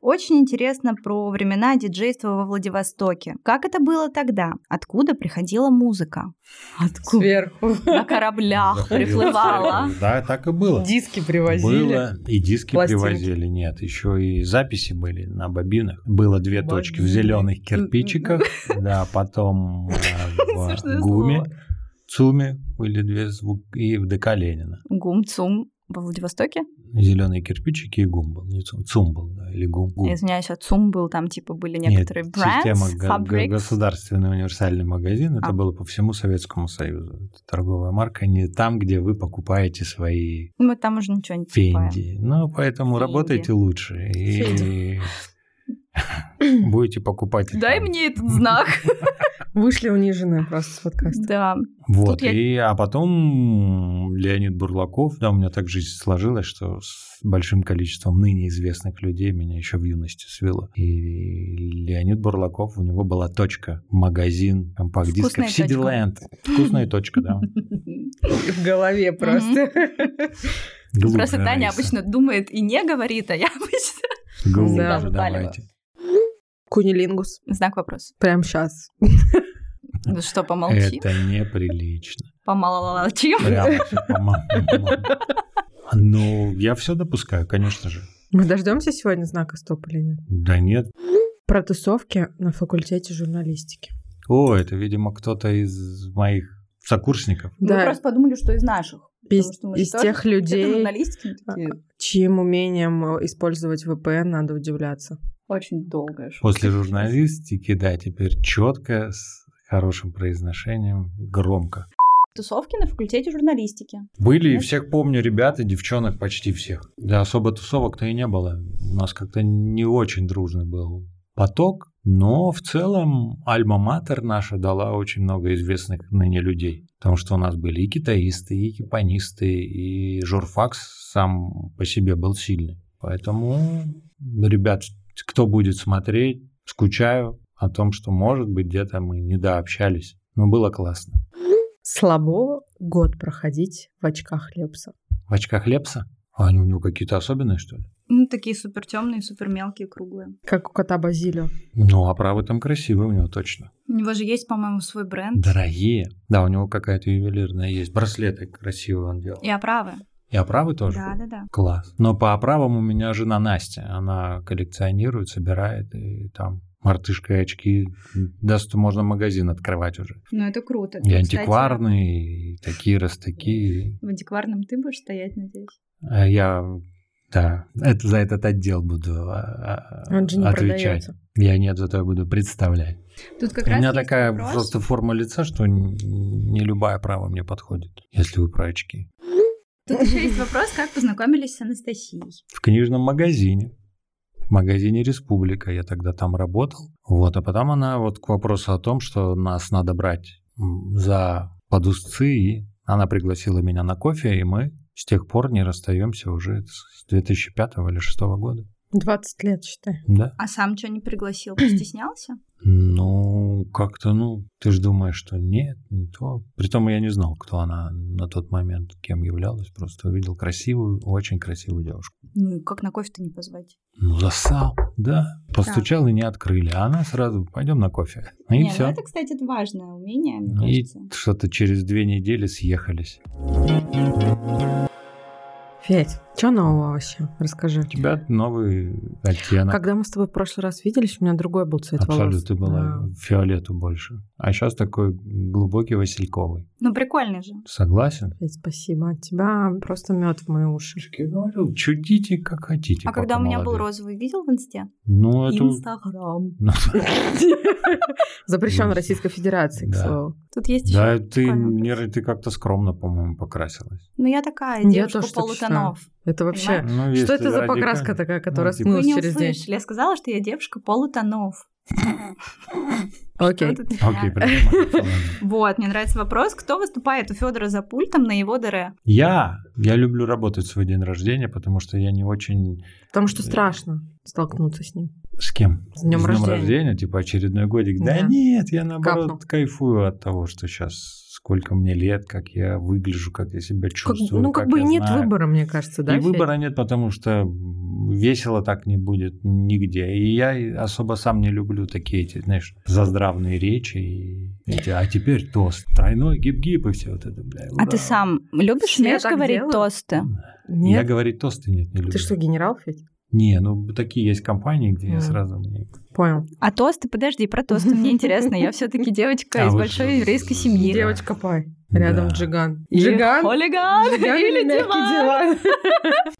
Speaker 1: Очень интересно про времена диджейства во Владивостоке. Как это было тогда? Откуда приходила музыка? Откуда?
Speaker 3: (laughs) Сверху.
Speaker 1: На кораблях
Speaker 2: Заходил
Speaker 1: приплывала.
Speaker 2: человек. Да, так и было.
Speaker 3: Диски привозили.
Speaker 2: Было, и диски
Speaker 3: Пластинки.
Speaker 2: привозили, нет, еще и записи были на бобинах. Было две
Speaker 3: Бобины. М-м.
Speaker 2: точки в зеленых кирпичиках, да, потом э,
Speaker 3: Смешное
Speaker 2: в гуме, цуме были две звуки, и в ДК Ленина.
Speaker 1: Гум-цум во Владивостоке?
Speaker 2: Зеленые кирпичики и гум был, не цум, цум был, да, или гум. гум.
Speaker 1: Я извиняюсь, а ЦУМ был, там типа были
Speaker 2: Нет,
Speaker 1: некоторые brands,
Speaker 2: система го- го-
Speaker 1: fabrics.
Speaker 2: государственный универсальный магазин, это
Speaker 1: А.
Speaker 2: было по всему Советскому Союзу. Это торговая марка не там, где вы покупаете свои
Speaker 1: Мы там уже ничего не типа. покупаем.
Speaker 2: фенди. Ну, поэтому
Speaker 1: Фенди.
Speaker 2: работайте лучше и (clears throat) будете покупать. и
Speaker 1: Дай
Speaker 2: там.
Speaker 1: мне этот знак.
Speaker 3: Вышли униженные просто с подкаста.
Speaker 1: (laughs) Да.
Speaker 2: Вот,
Speaker 1: Тут я-
Speaker 2: и, а потом Леонид Бурлаков, да, у меня так жизнь сложилась, что с большим количеством ныне известных людей меня еще в юности свело. И Леонид Бурлаков, у него была точка, магазин, компакт-дисков,
Speaker 1: Вкусная точка.
Speaker 2: Сидиленд. Вкусная точка, да.
Speaker 3: В голове просто.
Speaker 2: Глубже,
Speaker 1: Просто Таня
Speaker 2: Раиса,
Speaker 1: обычно думает и не говорит, а я обычно...
Speaker 2: (laughs) глубже
Speaker 3: Да.
Speaker 2: давайте.
Speaker 3: (laughs) Кунилингус.
Speaker 1: Знак вопроса.
Speaker 3: Прям сейчас.
Speaker 1: Ну что, помолчи?
Speaker 2: Это неприлично.
Speaker 1: Помолчи.
Speaker 2: Прямо же, по-моему. Ну, я все допускаю, конечно же.
Speaker 3: Мы дождемся сегодня знака стоп или нет?
Speaker 2: Да нет,
Speaker 3: Про тусовки на факультете журналистики.
Speaker 2: О, это, видимо, кто-то из моих сокурсников.
Speaker 1: Мы
Speaker 3: Да,
Speaker 1: Ну, просто подумали, что из наших. потому
Speaker 3: из,
Speaker 1: что мы
Speaker 3: из
Speaker 1: же тоже
Speaker 3: тех людей,
Speaker 1: журналистики мы такие,
Speaker 3: чьим умением э, использовать VPN надо удивляться.
Speaker 1: очень долгая шутка.
Speaker 2: После журналистики, да, теперь четко, с хорошим произношением, громко.
Speaker 1: Тусовки на факультете журналистики.
Speaker 2: Были, и всех помню, ребята, девчонок, почти всех. Да, особо тусовок-то и не было. У нас как-то не очень дружный был поток, но в целом Альма-Матер наша дала очень много известных ныне людей. Потому что у нас были и китаисты, и кипанисты, и журфакс сам по себе был сильный. Поэтому, ребят, кто будет смотреть, скучаю о том, что, может быть, где-то мы недообщались. Но было классно.
Speaker 3: Слабо год проходить в очках Лепса.
Speaker 2: В очках Лепса? А они у него какие-то особенные, что ли?
Speaker 1: Ну, такие супер темные, супер мелкие, круглые.
Speaker 3: Как у кота Базилио.
Speaker 2: Ну, а правый там красивый у него точно.
Speaker 1: У него же есть, по-моему, свой бренд.
Speaker 2: Дорогие. Да, у него какая-то ювелирная есть. Браслеты красивые он делал.
Speaker 1: И оправы.
Speaker 2: И оправы тоже?
Speaker 1: Да, да, да.
Speaker 2: Класс. Но по оправам у меня жена Настя. Она коллекционирует, собирает и там мартышка и очки. Да, что можно магазин открывать уже.
Speaker 1: Ну, это круто.
Speaker 2: И
Speaker 1: Кстати,
Speaker 2: антикварные, и такие раз такие.
Speaker 1: В антикварном ты будешь стоять, надеюсь.
Speaker 2: А Я, да, это за этот отдел буду а, а,
Speaker 3: Он же не
Speaker 2: отвечать.
Speaker 3: продается.
Speaker 2: Я нет, зато я буду представлять.
Speaker 1: Тут как
Speaker 2: У
Speaker 1: раз
Speaker 2: меня
Speaker 1: есть
Speaker 2: такая
Speaker 1: вопрос.
Speaker 2: просто форма лица, что н- не любая права мне подходит, если вы про очки.
Speaker 1: Тут еще есть вопрос, как познакомились с Анастасией.
Speaker 2: В книжном магазине, в магазине «Республика», я тогда там работал. Вот, а потом она вот к вопросу о том, что нас надо брать м, за подусцы, и она пригласила меня на кофе, и мы с тех пор не расстаемся уже с 2005 или 2006 года.
Speaker 3: 20 лет, считай.
Speaker 2: Да?
Speaker 1: А сам что не
Speaker 2: (clears throat)
Speaker 1: пригласил? Постеснялся?
Speaker 2: Ну, как-то, ну, ты же думаешь, что нет, не то. Притом я не знал, кто она на тот момент, кем являлась. Просто увидел красивую, очень красивую девушку.
Speaker 1: Ну, и как на кофе-то не позвать?
Speaker 2: Ну, засал, да. Постучал и не открыли. А она сразу, пойдем на кофе. И
Speaker 1: Не, ну
Speaker 2: все.
Speaker 1: это, кстати, важное умение, мне
Speaker 2: И
Speaker 1: кажется.
Speaker 2: что-то через две недели съехались.
Speaker 3: Федь, что нового вообще? Расскажи.
Speaker 2: У тебя новый оттенок.
Speaker 3: Когда мы с тобой в прошлый раз виделись, у меня другой был цвет
Speaker 2: Абсолютно,
Speaker 3: волос.
Speaker 2: ты была
Speaker 3: Да.
Speaker 2: в фиолету больше. А сейчас такой глубокий васильковый.
Speaker 1: Ну, прикольно же.
Speaker 2: Согласен?
Speaker 3: Федь, спасибо. От тебя просто мед в мои уши.
Speaker 2: Я говорю, чудите как хотите.
Speaker 1: А когда у
Speaker 2: пока
Speaker 1: меня был
Speaker 2: молодые.
Speaker 1: розовый, видел в инсте?
Speaker 2: типа, Ну, это...
Speaker 1: Инстаграм.
Speaker 2: Ну,
Speaker 3: Запрещен (laughs)
Speaker 2: Ну,
Speaker 3: Российской Федерации, к
Speaker 2: да.
Speaker 3: слову.
Speaker 1: Тут есть еще.
Speaker 2: Да, ты,
Speaker 1: прикольно
Speaker 2: не- ты как-то скромно, по-моему, покрасилась.
Speaker 1: Ну, я такая,
Speaker 3: Я
Speaker 1: девушка
Speaker 3: тоже так
Speaker 1: полутонов.
Speaker 3: Это вообще...
Speaker 1: Понимаешь?
Speaker 2: Ну,
Speaker 3: Э, Что
Speaker 2: если
Speaker 3: это за
Speaker 2: ради
Speaker 3: покраска
Speaker 2: камеры.
Speaker 3: такая,
Speaker 2: Ну,
Speaker 3: которая
Speaker 2: типа,
Speaker 1: Вы
Speaker 3: смылась
Speaker 1: не
Speaker 3: через день?
Speaker 1: услышали, я сказала, что я девушка (laughs) полутонов.
Speaker 3: Окей.
Speaker 1: Вот Ну, это
Speaker 2: Окей,
Speaker 1: да.
Speaker 3: (laughs)
Speaker 2: придумай. Ладно.
Speaker 1: Вот, мне нравится вопрос, кто выступает у Федора за пультом на его дыре?
Speaker 2: Я, я люблю работать в свой день рождения, потому что я не очень...
Speaker 3: Потому что
Speaker 2: Да.
Speaker 3: страшно столкнуться с ним.
Speaker 2: С кем?
Speaker 3: С днем рождения.
Speaker 2: типа очередной годик. Да,
Speaker 3: Да.
Speaker 2: нет, я наоборот
Speaker 3: Капнул.
Speaker 2: кайфую от того, что сейчас сколько мне лет, как я выгляжу, как я себя
Speaker 3: Как-
Speaker 2: чувствую.
Speaker 3: ну, как, бы и
Speaker 2: я
Speaker 3: нет
Speaker 2: знаю.
Speaker 3: выбора, мне кажется, да,
Speaker 2: и
Speaker 3: Федь?
Speaker 2: выбора нет, потому что м, весело так не будет нигде. И я и особо сам не люблю такие эти, знаешь, заздравные речи. И эти, а теперь тост. Тройной гип-гип и все вот это, бля.
Speaker 1: А
Speaker 2: ура».
Speaker 1: ты сам любишь,
Speaker 3: Все
Speaker 1: умеешь
Speaker 3: так
Speaker 1: говорить
Speaker 3: делают.
Speaker 1: тосты?
Speaker 2: Я
Speaker 3: Нет?
Speaker 2: говорить тосты нет, не люблю.
Speaker 3: Ты что, генерал, Федь?
Speaker 2: Не, ну такие есть компании, где я
Speaker 3: Мгм.
Speaker 2: сразу мне...
Speaker 3: Понял.
Speaker 1: А тосты, подожди, про тосты (laughs) мне интересно. Я все-таки девочка
Speaker 2: А
Speaker 1: из
Speaker 2: вы
Speaker 1: большой
Speaker 2: же-
Speaker 1: еврейской
Speaker 2: Да.
Speaker 1: семьи.
Speaker 3: Девочка пай. Рядом
Speaker 2: Да.
Speaker 3: Джиган. Джиган?
Speaker 1: Хулиган
Speaker 3: Джиган
Speaker 1: или
Speaker 3: мягкий
Speaker 1: диван?
Speaker 3: диван.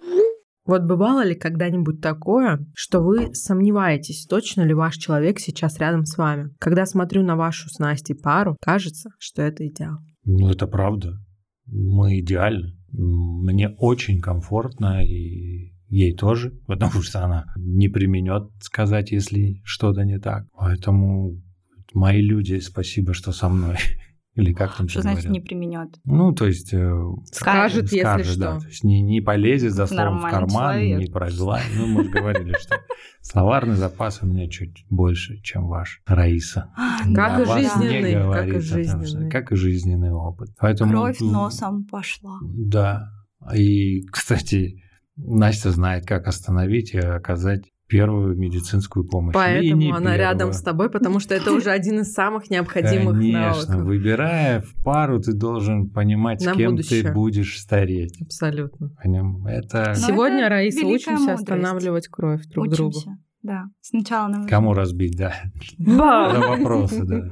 Speaker 1: (laughs)
Speaker 3: Вот бывало ли когда-нибудь такое, что вы сомневаетесь, точно ли ваш человек сейчас рядом с вами? Когда смотрю на вашу с Настей пару, кажется, что это идеал.
Speaker 2: Ну это правда. Мы идеальны. М, Мне очень комфортно и ей тоже, (laughs) потому что она не применет сказать, если что-то не так. Поэтому мои люди, спасибо, что со мной. (laughs) Или как там
Speaker 1: Что
Speaker 2: всё
Speaker 1: значит не
Speaker 2: говорят?
Speaker 1: применет?
Speaker 2: Ну, то есть... э,
Speaker 1: Скажет,
Speaker 3: если
Speaker 2: да.
Speaker 3: что.
Speaker 2: То есть не, не полезет за словом в
Speaker 1: Нормальный
Speaker 2: карман,
Speaker 1: человек.
Speaker 2: не прогла. Ну, мы же говорили,
Speaker 1: (laughs)
Speaker 2: что словарный запас у меня чуть больше, чем ваш, Раиса.
Speaker 3: Как
Speaker 2: Да,
Speaker 3: и
Speaker 2: вас не
Speaker 3: жизненный, как и
Speaker 2: говорит, потому что-
Speaker 3: жизненный.
Speaker 2: Как и жизненный опыт. Поэтому,
Speaker 1: Кровь
Speaker 2: м,
Speaker 1: носом пошла.
Speaker 2: Да. И, кстати, Настя знает, как остановить и оказать первую медицинскую помощь. И не
Speaker 3: Поэтому она рядом
Speaker 2: первую.
Speaker 3: с тобой, потому что это уже один из самых необходимых
Speaker 2: Конечно,
Speaker 3: навыков.
Speaker 2: выбирая в пару, ты должен понимать,
Speaker 3: На
Speaker 2: с кем ты
Speaker 3: будущее.
Speaker 2: будешь стареть.
Speaker 3: Абсолютно.
Speaker 2: Поним? Это
Speaker 1: Но
Speaker 3: Сегодня,
Speaker 1: это
Speaker 3: Раиса,
Speaker 1: великая
Speaker 3: учимся
Speaker 1: мудрость.
Speaker 3: останавливать кровь друг другу.
Speaker 1: Учимся. Да. Сначала нам...
Speaker 2: кому разбить, да? Это вопросы, да.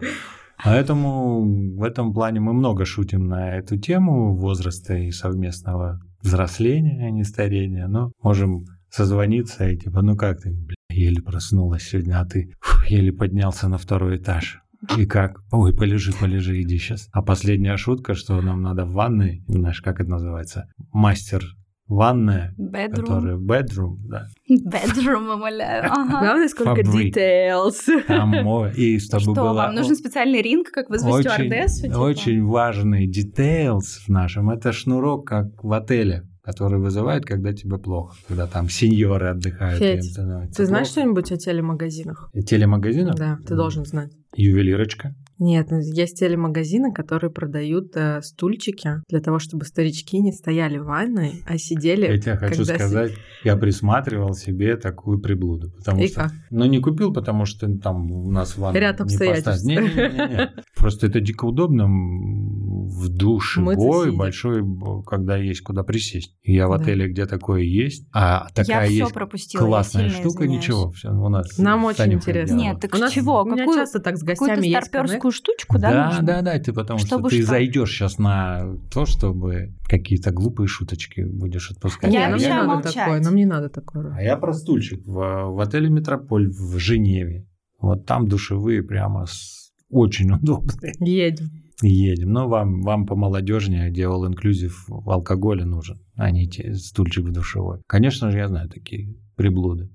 Speaker 2: Поэтому в этом плане мы много шутим на эту тему возраста и совместного взросления, а не старения. Но можем созвониться и типа, ну как ты, бля, еле проснулась сегодня, а ты фу, еле поднялся на второй этаж. И как? Ой, полежи, полежи, иди сейчас. А последняя шутка, что нам надо в ванной, знаешь, как это называется, мастер ванная,
Speaker 1: Bedroom.
Speaker 2: который bedroom, да,
Speaker 1: (laughs) Bedroom,
Speaker 3: (laughs)
Speaker 1: умоляю. Ага.
Speaker 3: Главное, сколько
Speaker 2: Фабрик.
Speaker 3: details.
Speaker 2: там море. И чтобы
Speaker 1: Что,
Speaker 2: было...
Speaker 1: вам нужен специальный ринг, как вызвать стюардессу? типа?
Speaker 2: очень важный details в нашем. Это шнурок, как в отеле, который вызывает, когда тебе плохо. Когда там сеньоры отдыхают. и
Speaker 3: Федь,
Speaker 2: им становится
Speaker 3: Ты знаешь
Speaker 2: плохо.
Speaker 3: что-нибудь о телемагазинах?
Speaker 2: Телемагазинов?
Speaker 3: Да, ты должен знать.
Speaker 2: Ювелирочка.
Speaker 3: Нет, ну, есть телемагазины, которые продают э, стульчики для того, чтобы старички не стояли в ванной, а сидели.
Speaker 2: Я тебе хочу
Speaker 3: когда си-
Speaker 2: сказать, я присматривал себе такую приблуду. Потому
Speaker 3: И
Speaker 2: что...
Speaker 3: как?
Speaker 2: Но не купил, потому что там у нас ванна
Speaker 3: Ряд
Speaker 2: не
Speaker 3: обстоятельств.
Speaker 2: поставит. Не-не-не-не. Просто это дико удобно м, в душе,
Speaker 3: Мыться
Speaker 2: бой
Speaker 3: сидя.
Speaker 2: большой, б- когда есть куда присесть. И Я в
Speaker 3: Да.
Speaker 2: отеле, где такое есть, а
Speaker 1: Я
Speaker 2: такая
Speaker 1: все
Speaker 2: есть
Speaker 1: пропустила. я
Speaker 2: классная
Speaker 1: сильно
Speaker 2: штука,
Speaker 1: извиняюсь.
Speaker 2: ничего. Все, у нас
Speaker 3: Нам
Speaker 2: с
Speaker 3: очень
Speaker 2: Саней
Speaker 3: интересно.
Speaker 2: ходила.
Speaker 1: Нет, так
Speaker 3: У нас
Speaker 1: чего?
Speaker 3: у меня
Speaker 1: Какую-
Speaker 3: часто так с
Speaker 1: Какую-то
Speaker 3: гостями есть
Speaker 1: старперскую штучку, да?
Speaker 2: Да,
Speaker 1: нужно?
Speaker 2: да, да, ты потому
Speaker 1: Чтобы
Speaker 2: что ты
Speaker 1: что?
Speaker 2: зайдешь сейчас на то, чтобы какие-то глупые шуточки будешь отпускать.
Speaker 3: коннект.
Speaker 1: Я
Speaker 3: Не, нам не
Speaker 1: обещаю
Speaker 3: надо
Speaker 1: молчать.
Speaker 3: такое, нам не надо такое.
Speaker 2: А я про стульчик в, в отеле «Метрополь» в Женеве. Вот там душевые прямо с- очень (laughs) удобные.
Speaker 3: Едем.
Speaker 2: Едем. Но вам, вам помолодежнее, где all инклюзив алкоголя нужен, а не те, стульчик в душевой. Конечно же, я знаю такие приблуды.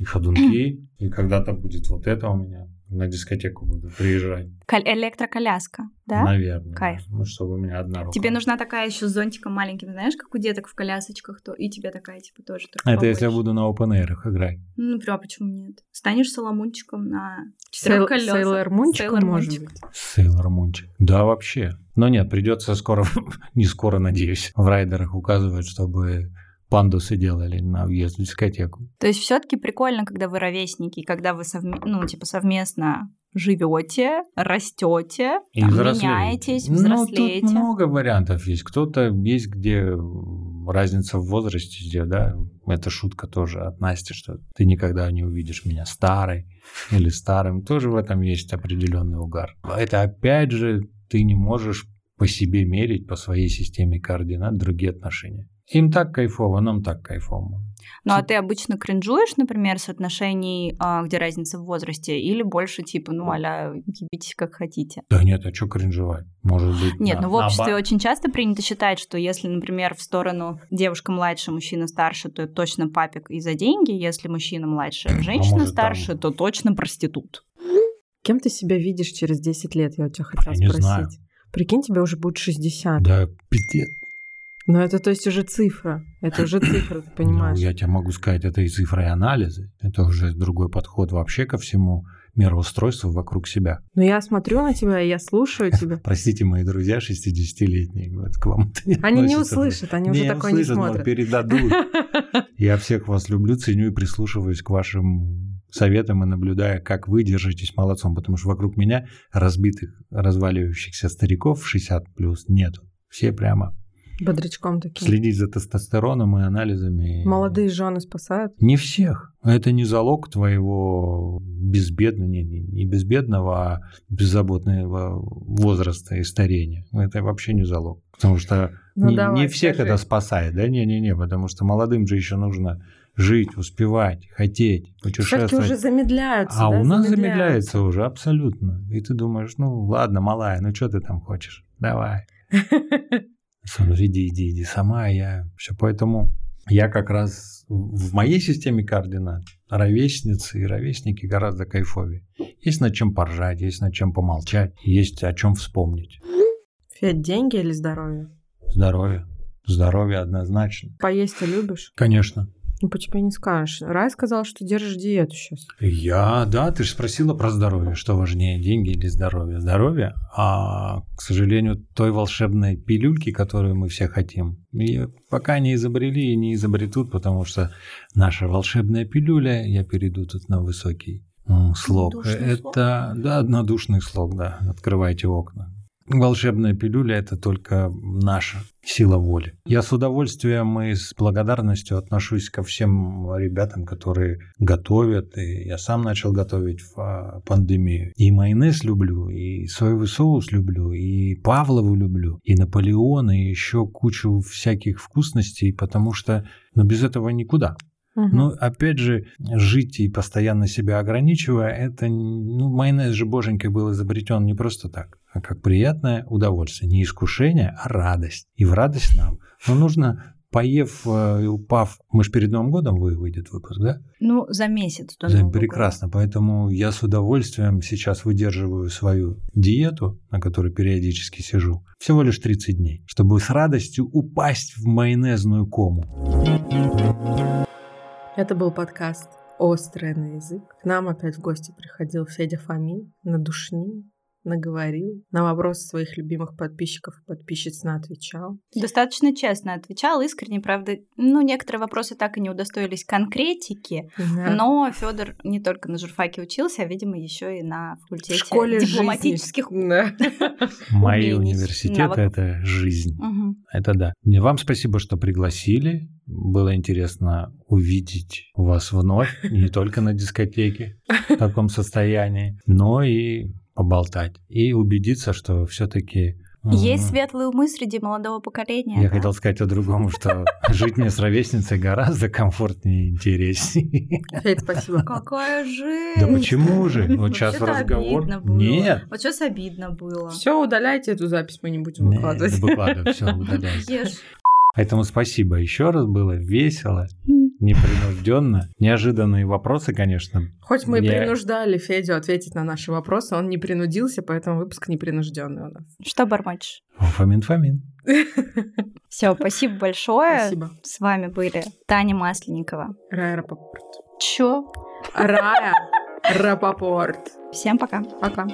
Speaker 2: И ходунки, и когда-то будет вот это у меня. на дискотеку буду приезжать.
Speaker 1: Кол- электроколяска, да?
Speaker 2: Наверное.
Speaker 1: Кайф.
Speaker 2: Ну, чтобы у меня одна рука.
Speaker 1: Тебе нужна такая еще с зонтиком маленьким, знаешь, как у деток в колясочках, то и тебе такая, типа, тоже. только
Speaker 2: Это если я
Speaker 1: побольше.
Speaker 2: буду на open Air играть.
Speaker 1: Ну, прям почему нет? Станешь соломунчиком на
Speaker 3: Сейл-
Speaker 1: четырех колесах.
Speaker 3: Сейлор Мунчик,
Speaker 1: Сейлор
Speaker 3: может
Speaker 1: Мунчик.
Speaker 3: быть.
Speaker 2: Сейлор Мунчик. Да, вообще. Но нет, придется скоро, (laughs) не скоро, надеюсь, в райдерах указывать, чтобы пандусы делали на въезд в дискотеку.
Speaker 1: То есть все-таки прикольно, когда вы ровесники, и когда вы совме- ну, типа, совместно живете, растете,
Speaker 2: И взрослеете.
Speaker 1: меняетесь, взрослеете.
Speaker 2: Ну, тут много вариантов есть. Кто-то есть, где м, разница в возрасте, где, да, это шутка тоже от Насти, что ты никогда не увидишь меня старой или старым. Тоже в этом есть определенный угар. Это опять же ты не можешь по себе мерить, по своей системе координат другие отношения. Им так кайфово, нам так кайфово.
Speaker 1: Ну а ты обычно кринжуешь, например, с отношений, а, где разница в возрасте, или больше типа, ну аля, ебитесь как хотите.
Speaker 2: Да нет, а что кринжевать? Может быть,
Speaker 1: Нет, ну
Speaker 2: на-
Speaker 1: в обществе
Speaker 2: наоборот.
Speaker 1: очень часто принято считать, что если, например, в сторону девушка младше, мужчина старше, то это точно папик и за деньги, если мужчина младше, а женщина
Speaker 2: А может,
Speaker 1: старше,
Speaker 2: там-
Speaker 1: то точно проститут.
Speaker 3: Кем ты себя видишь через 10 лет, я у тебя хотела
Speaker 2: не
Speaker 3: спросить.
Speaker 2: знаю.
Speaker 3: Прикинь, тебе уже будет 60.
Speaker 2: Да, пиздец.
Speaker 3: Но это то есть уже цифра. Это уже цифра, ты понимаешь.
Speaker 2: Ну, я тебе могу сказать, это и цифры, и анализы. Это уже другой подход вообще ко всему мироустройству вокруг себя.
Speaker 3: Но Ну, я смотрю на тебя, я слушаю
Speaker 2: (laughs)
Speaker 3: тебя.
Speaker 2: Простите, мои друзья 60-летние, говорят, к вам это не
Speaker 3: Они не
Speaker 2: относится.
Speaker 3: услышат, (laughs) они уже такое не
Speaker 2: услышат, но
Speaker 3: смотрят. (laughs)
Speaker 2: передадут. Я всех вас люблю, ценю и прислушиваюсь к вашим советам и наблюдая, как вы держитесь молодцом, потому что вокруг меня разбитых, разваливающихся стариков 60 плюс нету. Все прямо
Speaker 3: Бодрячком такие.
Speaker 2: следить за тестостероном и анализами.
Speaker 3: Молодые жены спасают.
Speaker 2: Не всех. Это не залог твоего безбедного, не, не- не безбедного, а беззаботного возраста и старения. Это вообще не залог. Потому что
Speaker 3: Ну
Speaker 2: не,
Speaker 3: давай,
Speaker 2: не всех
Speaker 3: скажи.
Speaker 2: это спасает, да? Не-не-не, потому что молодым же еще нужно жить, успевать, хотеть,
Speaker 3: Все-таки уже
Speaker 2: путешествовать.
Speaker 3: замедляются.
Speaker 2: А
Speaker 3: да,
Speaker 2: у нас
Speaker 3: замедляются.
Speaker 2: замедляется уже абсолютно. И ты думаешь, ну ладно, малая, ну что ты там хочешь? Давай. Сам же иди, иди, иди сама, а я все. Поэтому я как раз в в моей системе координат ровесницы и ровесники гораздо кайфовее. Есть над чем поржать, есть над чем помолчать, есть о чем вспомнить.
Speaker 3: Федь, деньги или здоровье?
Speaker 2: Здоровье. Здоровье однозначно.
Speaker 3: Поесть ты любишь?
Speaker 2: Конечно.
Speaker 3: Ну, по тебе не скажешь. Рай сказал, что держишь диету сейчас.
Speaker 2: Я, да, ты же спросила про здоровье. Что важнее, деньги или здоровье? Здоровье, а, к сожалению, той волшебной пилюльки, которую мы все хотим, ее пока не изобрели и не изобретут, потому что наша волшебная пилюля, я перейду тут на высокий м, слог.
Speaker 1: Однодушный слог?
Speaker 2: это, да, однодушный слог, да. Открывайте окна. Волшебная пилюля – это только наша сила воли. Я с удовольствием и с благодарностью отношусь ко всем ребятам, которые готовят. И я сам начал готовить в а, пандемию. И майонез люблю, и соевый соус люблю, и Павлову люблю, и Наполеон, и еще кучу всяких вкусностей, потому что ну, без этого никуда.
Speaker 3: Мгм.
Speaker 2: Но Ну, опять же, жить и постоянно себя ограничивая, это, н- ну, майонез же боженькой был изобретен не просто так, а как приятное удовольствие. Не искушение, а радость. И в радость нам. Но нужно, поев э, и упав, мы же перед Новым годом вы- выйдет выпуск, да?
Speaker 1: Ну, за месяц. до
Speaker 2: За-
Speaker 1: Нового года.
Speaker 2: Прекрасно. Поэтому я с удовольствием сейчас выдерживаю свою диету, на которой периодически сижу, всего лишь 30 дней, чтобы с радостью упасть в майонезную кому.
Speaker 3: Это был подкаст «Острый на язык». К нам опять в гости приходил Федя Фомин, надушнил, наговорил, на вопросы своих любимых подписчиков и подписчиц на отвечал.
Speaker 1: Достаточно честно отвечал, искренне, правда. Ну, некоторые вопросы так и не удостоились конкретики,
Speaker 3: Да.
Speaker 1: но Федор не только на журфаке учился, а, видимо, еще и на
Speaker 3: в
Speaker 1: факультете
Speaker 3: школе жизни.
Speaker 1: дипломатических.
Speaker 3: (laughs) Да.
Speaker 2: Мои
Speaker 1: Умений,
Speaker 2: университеты –
Speaker 1: навыков.
Speaker 2: это жизнь.
Speaker 1: Мгм.
Speaker 2: Это да. Мне вам спасибо, что пригласили. Было интересно увидеть
Speaker 1: (laughs)
Speaker 2: вас вновь, не только на дискотеке в таком состоянии, но и поболтать. И убедиться, что все-таки...
Speaker 1: Есть светлые умы среди молодого поколения.
Speaker 2: Я
Speaker 1: да.
Speaker 2: хотел сказать о другом, что жить мне с ровесницей гораздо комфортнее и интереснее.
Speaker 3: Федь, спасибо.
Speaker 1: Какая жизнь!
Speaker 2: Да
Speaker 1: (laughs)
Speaker 2: почему же? Вот сейчас
Speaker 1: Чё-то
Speaker 2: разговор...
Speaker 1: обидно было.
Speaker 2: Нет.
Speaker 1: Вот сейчас обидно было.
Speaker 3: Все, удаляйте эту запись, мы не будем
Speaker 2: Не,
Speaker 3: выкладывать.
Speaker 1: Ну, (laughs)
Speaker 2: не выкладывай, все, удаляй.
Speaker 1: Ешь.
Speaker 2: Поэтому спасибо еще раз, было весело. непринужденно. Неожиданные вопросы, конечно.
Speaker 3: Хоть мы и
Speaker 2: Я-
Speaker 3: принуждали Федю ответить на наши вопросы, он не принудился, поэтому выпуск непринужденный у нас.
Speaker 1: Что бормочешь?
Speaker 2: Фомин Фомин.
Speaker 1: Все, спасибо большое.
Speaker 3: Спасибо.
Speaker 1: С вами были Таня Масленникова.
Speaker 3: Рая Рапопорт.
Speaker 1: Чё?
Speaker 3: Рая Рапопорт.
Speaker 1: Всем пока.
Speaker 3: Пока.